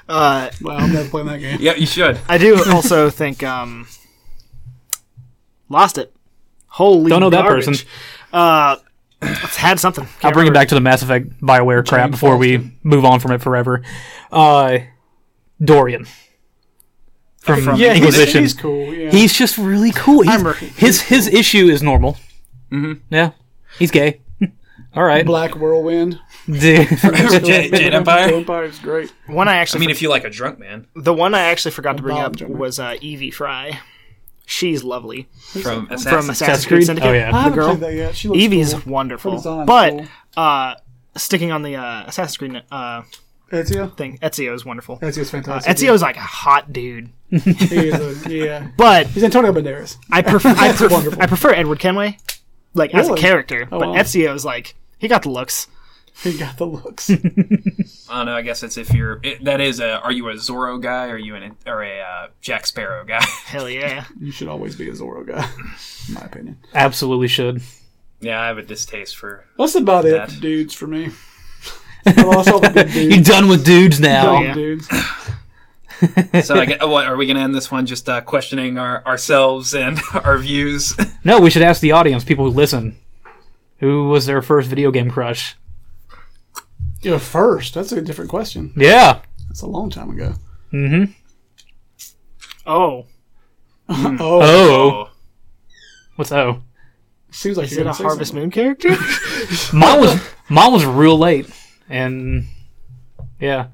Speaker 4: Uh,
Speaker 2: Wow, I'm never playing that game.
Speaker 1: yeah, you [laughs] should.
Speaker 4: I do also [laughs] think um, lost it. Holy
Speaker 3: Don't know that
Speaker 4: garbage.
Speaker 3: person.
Speaker 4: Uh, it's had something.
Speaker 3: I'll bring it back to the Mass Effect Bioware crap before we move on from it forever. Uh, Dorian from,
Speaker 2: Yeah, he's,
Speaker 3: Inquisition.
Speaker 2: he's
Speaker 3: He's,
Speaker 2: cool. Yeah.
Speaker 3: just really cool. He's-
Speaker 4: remember.
Speaker 3: his his issue is normal. Mm-hmm. Yeah, he's gay. [laughs] All right,
Speaker 2: Black Whirlwind. [laughs]
Speaker 3: Dude.
Speaker 1: Jade,
Speaker 3: [laughs]
Speaker 1: Jade
Speaker 2: Blue
Speaker 1: Empire.
Speaker 2: Empire is great.
Speaker 4: One I
Speaker 1: I
Speaker 4: actually,
Speaker 1: mean, if you like a drunk man
Speaker 4: the one I actually forgot to bring
Speaker 2: Bob
Speaker 4: up
Speaker 2: Drummer.
Speaker 4: was uh, Evie Fry. She's lovely
Speaker 1: from Assassin's
Speaker 4: from
Speaker 1: Creed.
Speaker 4: Assassin's Creed Syndicate.
Speaker 3: Oh
Speaker 2: I
Speaker 3: yeah,
Speaker 2: haven't
Speaker 4: girl.
Speaker 2: played that yet. She looks
Speaker 4: Evie's
Speaker 2: cool. Her
Speaker 4: wonderful,
Speaker 2: design's
Speaker 4: but
Speaker 2: cool.
Speaker 4: uh, sticking on the uh, Assassin's Creed uh,
Speaker 2: Ezio.
Speaker 4: thing, Ezio is wonderful.
Speaker 2: Ezio's fantastic.
Speaker 4: Ezio's like a hot dude,
Speaker 2: He is a, yeah. [laughs]
Speaker 4: but
Speaker 2: He's Antonio Banderas. [laughs]
Speaker 4: I prefer I,
Speaker 2: wonderful.
Speaker 4: prefer I prefer Edward Kenway, like as a
Speaker 2: Really? Oh,
Speaker 4: character. but
Speaker 2: wow.
Speaker 4: Ezio is like he got the looks.
Speaker 2: He got the [laughs] looks. I
Speaker 1: I don't know. I guess it's if you're. It, that is a. Are you a Zorro guy? Or are you an or a uh, Jack Sparrow guy? [laughs]
Speaker 4: Hell yeah.
Speaker 2: You should always be a Zorro guy, in my opinion.
Speaker 3: absolutely should.
Speaker 1: yeah, I have a distaste [laughs] for.
Speaker 2: That's about it,
Speaker 1: That.
Speaker 2: dudes, [laughs] for me. I lost all the good
Speaker 3: You're
Speaker 2: dudes. Oh,
Speaker 3: done with dudes now.
Speaker 2: Dumb
Speaker 4: yeah.
Speaker 2: dudes.
Speaker 1: So I get, what, are we going to end this one just uh, questioning our, ourselves and [laughs] our views?
Speaker 3: No, we should ask the audience, people who listen, who was their first video game crush?
Speaker 2: Yeah, first. That's a different question.
Speaker 3: Yeah.
Speaker 2: That's a long time ago.
Speaker 3: Mm-hmm.
Speaker 4: Oh,
Speaker 2: Oh,
Speaker 3: Oh. What's O?
Speaker 2: seems like
Speaker 4: is
Speaker 2: you're
Speaker 4: it a
Speaker 2: gonna say
Speaker 4: Harvest
Speaker 2: something.
Speaker 3: [laughs]
Speaker 4: Moon character?
Speaker 3: Mine was mine was real late, and yeah.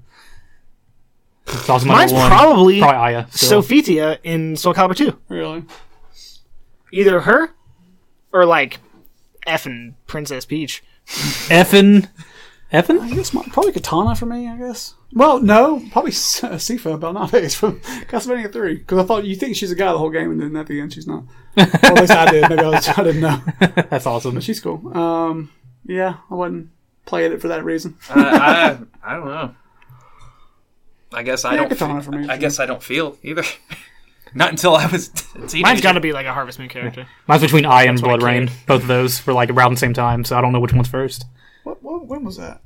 Speaker 3: It's also my
Speaker 4: Mine's
Speaker 3: number one.
Speaker 4: probably,
Speaker 3: probably Aya. still.
Speaker 4: Sophitia in Soul Calibur 2.
Speaker 2: Really?
Speaker 4: Either her or like effing Princess Peach.
Speaker 3: Effin, Effin.
Speaker 2: I guess my, probably Katana for me. I guess. Well, no, probably S- uh, Sifa [laughs] Belnades from Castlevania Three. Because I thought you think she's a guy the whole game, and then at the end she's [laughs] not. or at least I did. Maybe I, was, I didn't know.
Speaker 3: [laughs] That's awesome.
Speaker 2: But she's cool. Um, yeah, I wasn't playing it for that reason.
Speaker 1: I, I, I don't know. I guess I
Speaker 2: Yeah,
Speaker 1: don't.
Speaker 2: Katana
Speaker 1: fe-
Speaker 2: for me,
Speaker 1: I
Speaker 2: too.
Speaker 1: guess I don't feel either. [laughs] Not until I [laughs] was a teenager.
Speaker 4: Mine's got to be like a Harvest Moon character.
Speaker 3: Mine's between Aya and
Speaker 4: what I
Speaker 3: Blood Rain. Both of those were like around the same time, so I don't know which one's first.
Speaker 2: What, what when was that?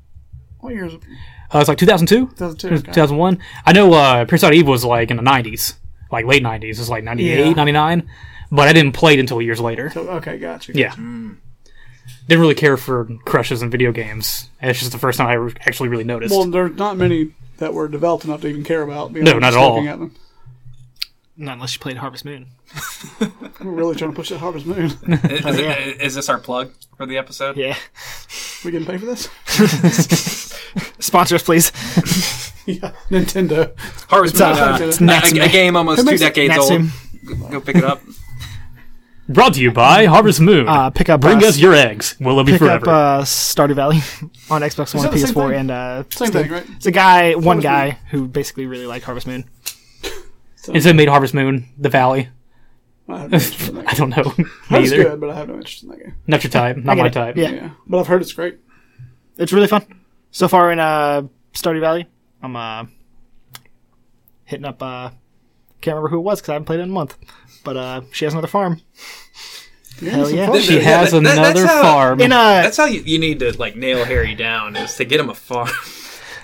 Speaker 2: What year was it?
Speaker 3: Uh, it's like 2002,
Speaker 2: 2002. Okay.
Speaker 3: 2001. I know uh, Prince Out Eve was like in the 90s, like late 90s. It's like 98,
Speaker 2: Yeah.
Speaker 3: 99. But I didn't play it until years later.
Speaker 2: So- Oh, okay, got you.
Speaker 3: Yeah. Didn't really care for crushes in video games. It's just the first time I re- actually really noticed.
Speaker 2: Well, there's not many that were developed enough to even care about. being
Speaker 3: No,
Speaker 2: honest,
Speaker 3: not at
Speaker 2: just
Speaker 3: all.
Speaker 2: looking them.
Speaker 4: Not unless you played Harvest Moon.
Speaker 2: We're really trying to push that Harvest Moon.
Speaker 1: Is, is it- is this our plug for the episode?
Speaker 4: Yeah. [laughs]
Speaker 2: we getting paid for
Speaker 3: [laughs]
Speaker 2: this? [laughs]
Speaker 4: Sponsors, please.
Speaker 2: yeah, Nintendo.
Speaker 1: Harvest Moon, uh,
Speaker 4: uh,
Speaker 2: it's
Speaker 1: a-
Speaker 4: Natsume.
Speaker 1: a, game almost two
Speaker 2: makes it
Speaker 1: decades old.
Speaker 4: Natsume.
Speaker 1: Go pick it up.
Speaker 3: Brought to you by Harvest Moon.
Speaker 4: Uh, pick up.
Speaker 3: Bring
Speaker 4: uh,
Speaker 3: us your eggs. We'll love you
Speaker 4: pick up
Speaker 3: forever.
Speaker 4: uh, Stardew Valley [laughs] on Xbox One,
Speaker 2: that the same
Speaker 4: PS4,
Speaker 2: thing?
Speaker 4: and uh,
Speaker 2: Same
Speaker 4: Steam.
Speaker 2: thing, right?
Speaker 4: It's a guy, one
Speaker 2: Harvest
Speaker 4: guy who basically really liked Harvest Moon.
Speaker 3: Is it made Harvest Moon, The Valley?
Speaker 2: I have no interest in that
Speaker 3: [laughs] I
Speaker 2: game.
Speaker 3: don't know. Me
Speaker 2: That's
Speaker 3: either.
Speaker 2: good, but I have no interest in that game.
Speaker 3: Not your type. Not
Speaker 4: I get
Speaker 3: my
Speaker 4: it.
Speaker 3: type.
Speaker 4: Yeah.
Speaker 2: Yeah, but I've heard it's great.
Speaker 4: It's really fun. So far in uh, Stardew Valley, I'm uh, hitting up. Uh, can't remember who it was because I haven't played it in a month. But uh, she has another farm
Speaker 2: Yeah,
Speaker 4: Hell
Speaker 2: some
Speaker 4: yeah.
Speaker 2: fun
Speaker 3: She
Speaker 2: shit.
Speaker 3: has
Speaker 1: that- that-
Speaker 3: another
Speaker 1: that's how-
Speaker 3: farm.
Speaker 4: in uh,
Speaker 1: That's how you, you need to like nail Harry down is to get him a farm.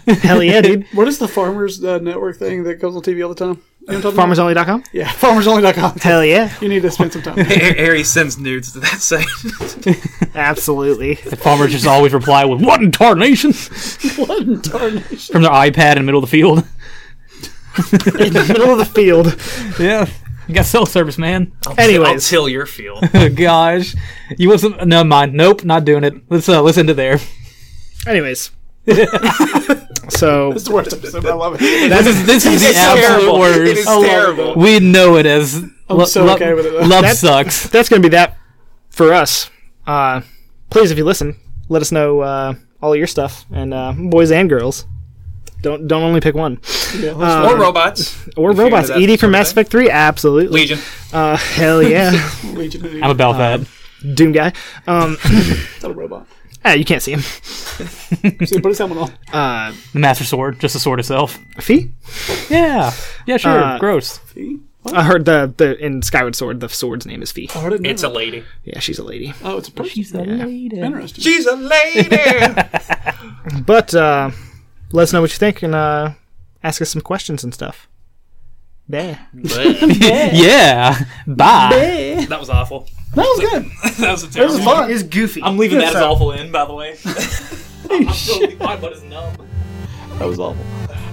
Speaker 1: [laughs]
Speaker 4: hell yeah, dude.
Speaker 2: What is the farmers uh, network thing that goes on TV all the time? You know what I'm talking about?
Speaker 4: FarmersOnly.com.
Speaker 2: Yeah,
Speaker 3: [laughs]
Speaker 2: farmersonly.com.
Speaker 4: Hell yeah,
Speaker 2: You need to spend some time.
Speaker 1: Har- Harry sends nudes to that site.
Speaker 4: absolutely.
Speaker 3: the farmers just always reply with "What in [laughs] tarnation?"
Speaker 2: what in tarnation?
Speaker 3: from their iPad in the middle of the field.
Speaker 4: in the middle of the field.
Speaker 3: [laughs] Yeah, you got cell service, man.
Speaker 1: I'll
Speaker 4: Anyways,
Speaker 1: till your
Speaker 4: [laughs]
Speaker 1: field.
Speaker 3: [laughs] Gosh, you wasn't. No, mind. Nope, not doing it. Let's uh, listen to there. [laughs]
Speaker 4: anyways. so
Speaker 2: It's the worst episode. I [laughs] love it.
Speaker 3: This is this is the
Speaker 1: It's terrible.
Speaker 3: absolute
Speaker 1: It is Oh.
Speaker 3: worst.
Speaker 2: love
Speaker 1: terrible.
Speaker 3: We know it as. I'm
Speaker 2: so okay with it, though.
Speaker 3: Love
Speaker 4: That's-
Speaker 3: sucks.
Speaker 4: that's gonna be that for us. Uh, please, if you listen, let us know uh, all your stuff and uh, boys and girls. Don't don't only pick one.
Speaker 2: Yeah, let's-
Speaker 1: or robots.
Speaker 4: Or
Speaker 1: If you're
Speaker 4: robots.
Speaker 1: into that
Speaker 4: Edie
Speaker 1: sort
Speaker 4: from
Speaker 1: of
Speaker 4: Mass
Speaker 1: thing.
Speaker 4: Effect Three, absolutely.
Speaker 1: Legion.
Speaker 4: Uh,
Speaker 1: [laughs]
Speaker 4: hell yeah,
Speaker 2: Legion of Doom.
Speaker 3: I'm about that.
Speaker 4: Doom guy. Um, [coughs]
Speaker 2: It's not a robot.
Speaker 4: ah, you can't see him.
Speaker 2: See, put his helmet on.
Speaker 4: Uh,
Speaker 3: The Master Sword, just the sword itself.
Speaker 4: Fee.
Speaker 3: Yeah, yeah, sure.
Speaker 4: Uh,
Speaker 3: Gross.
Speaker 2: See? What?
Speaker 4: I heard the the in Skyward Sword, the sword's name is Fee.
Speaker 2: I heard it.
Speaker 1: It's a lady.
Speaker 4: Yeah, she's a lady.
Speaker 2: oh, it's a person.
Speaker 3: She's a lady.
Speaker 2: Interesting.
Speaker 1: She's a lady.
Speaker 4: But uh, let us know what you think and uh, ask us some questions and stuff. Yeah.
Speaker 3: Yeah. Bye.
Speaker 1: [laughs] that was awful.
Speaker 2: That was good.
Speaker 1: That was a terrible.
Speaker 4: is goofy.
Speaker 3: I'm leaving that as
Speaker 4: stuff.
Speaker 3: [laughs] awful in, by the way. I'm, I'm still, my butt is numb.
Speaker 2: That was awful.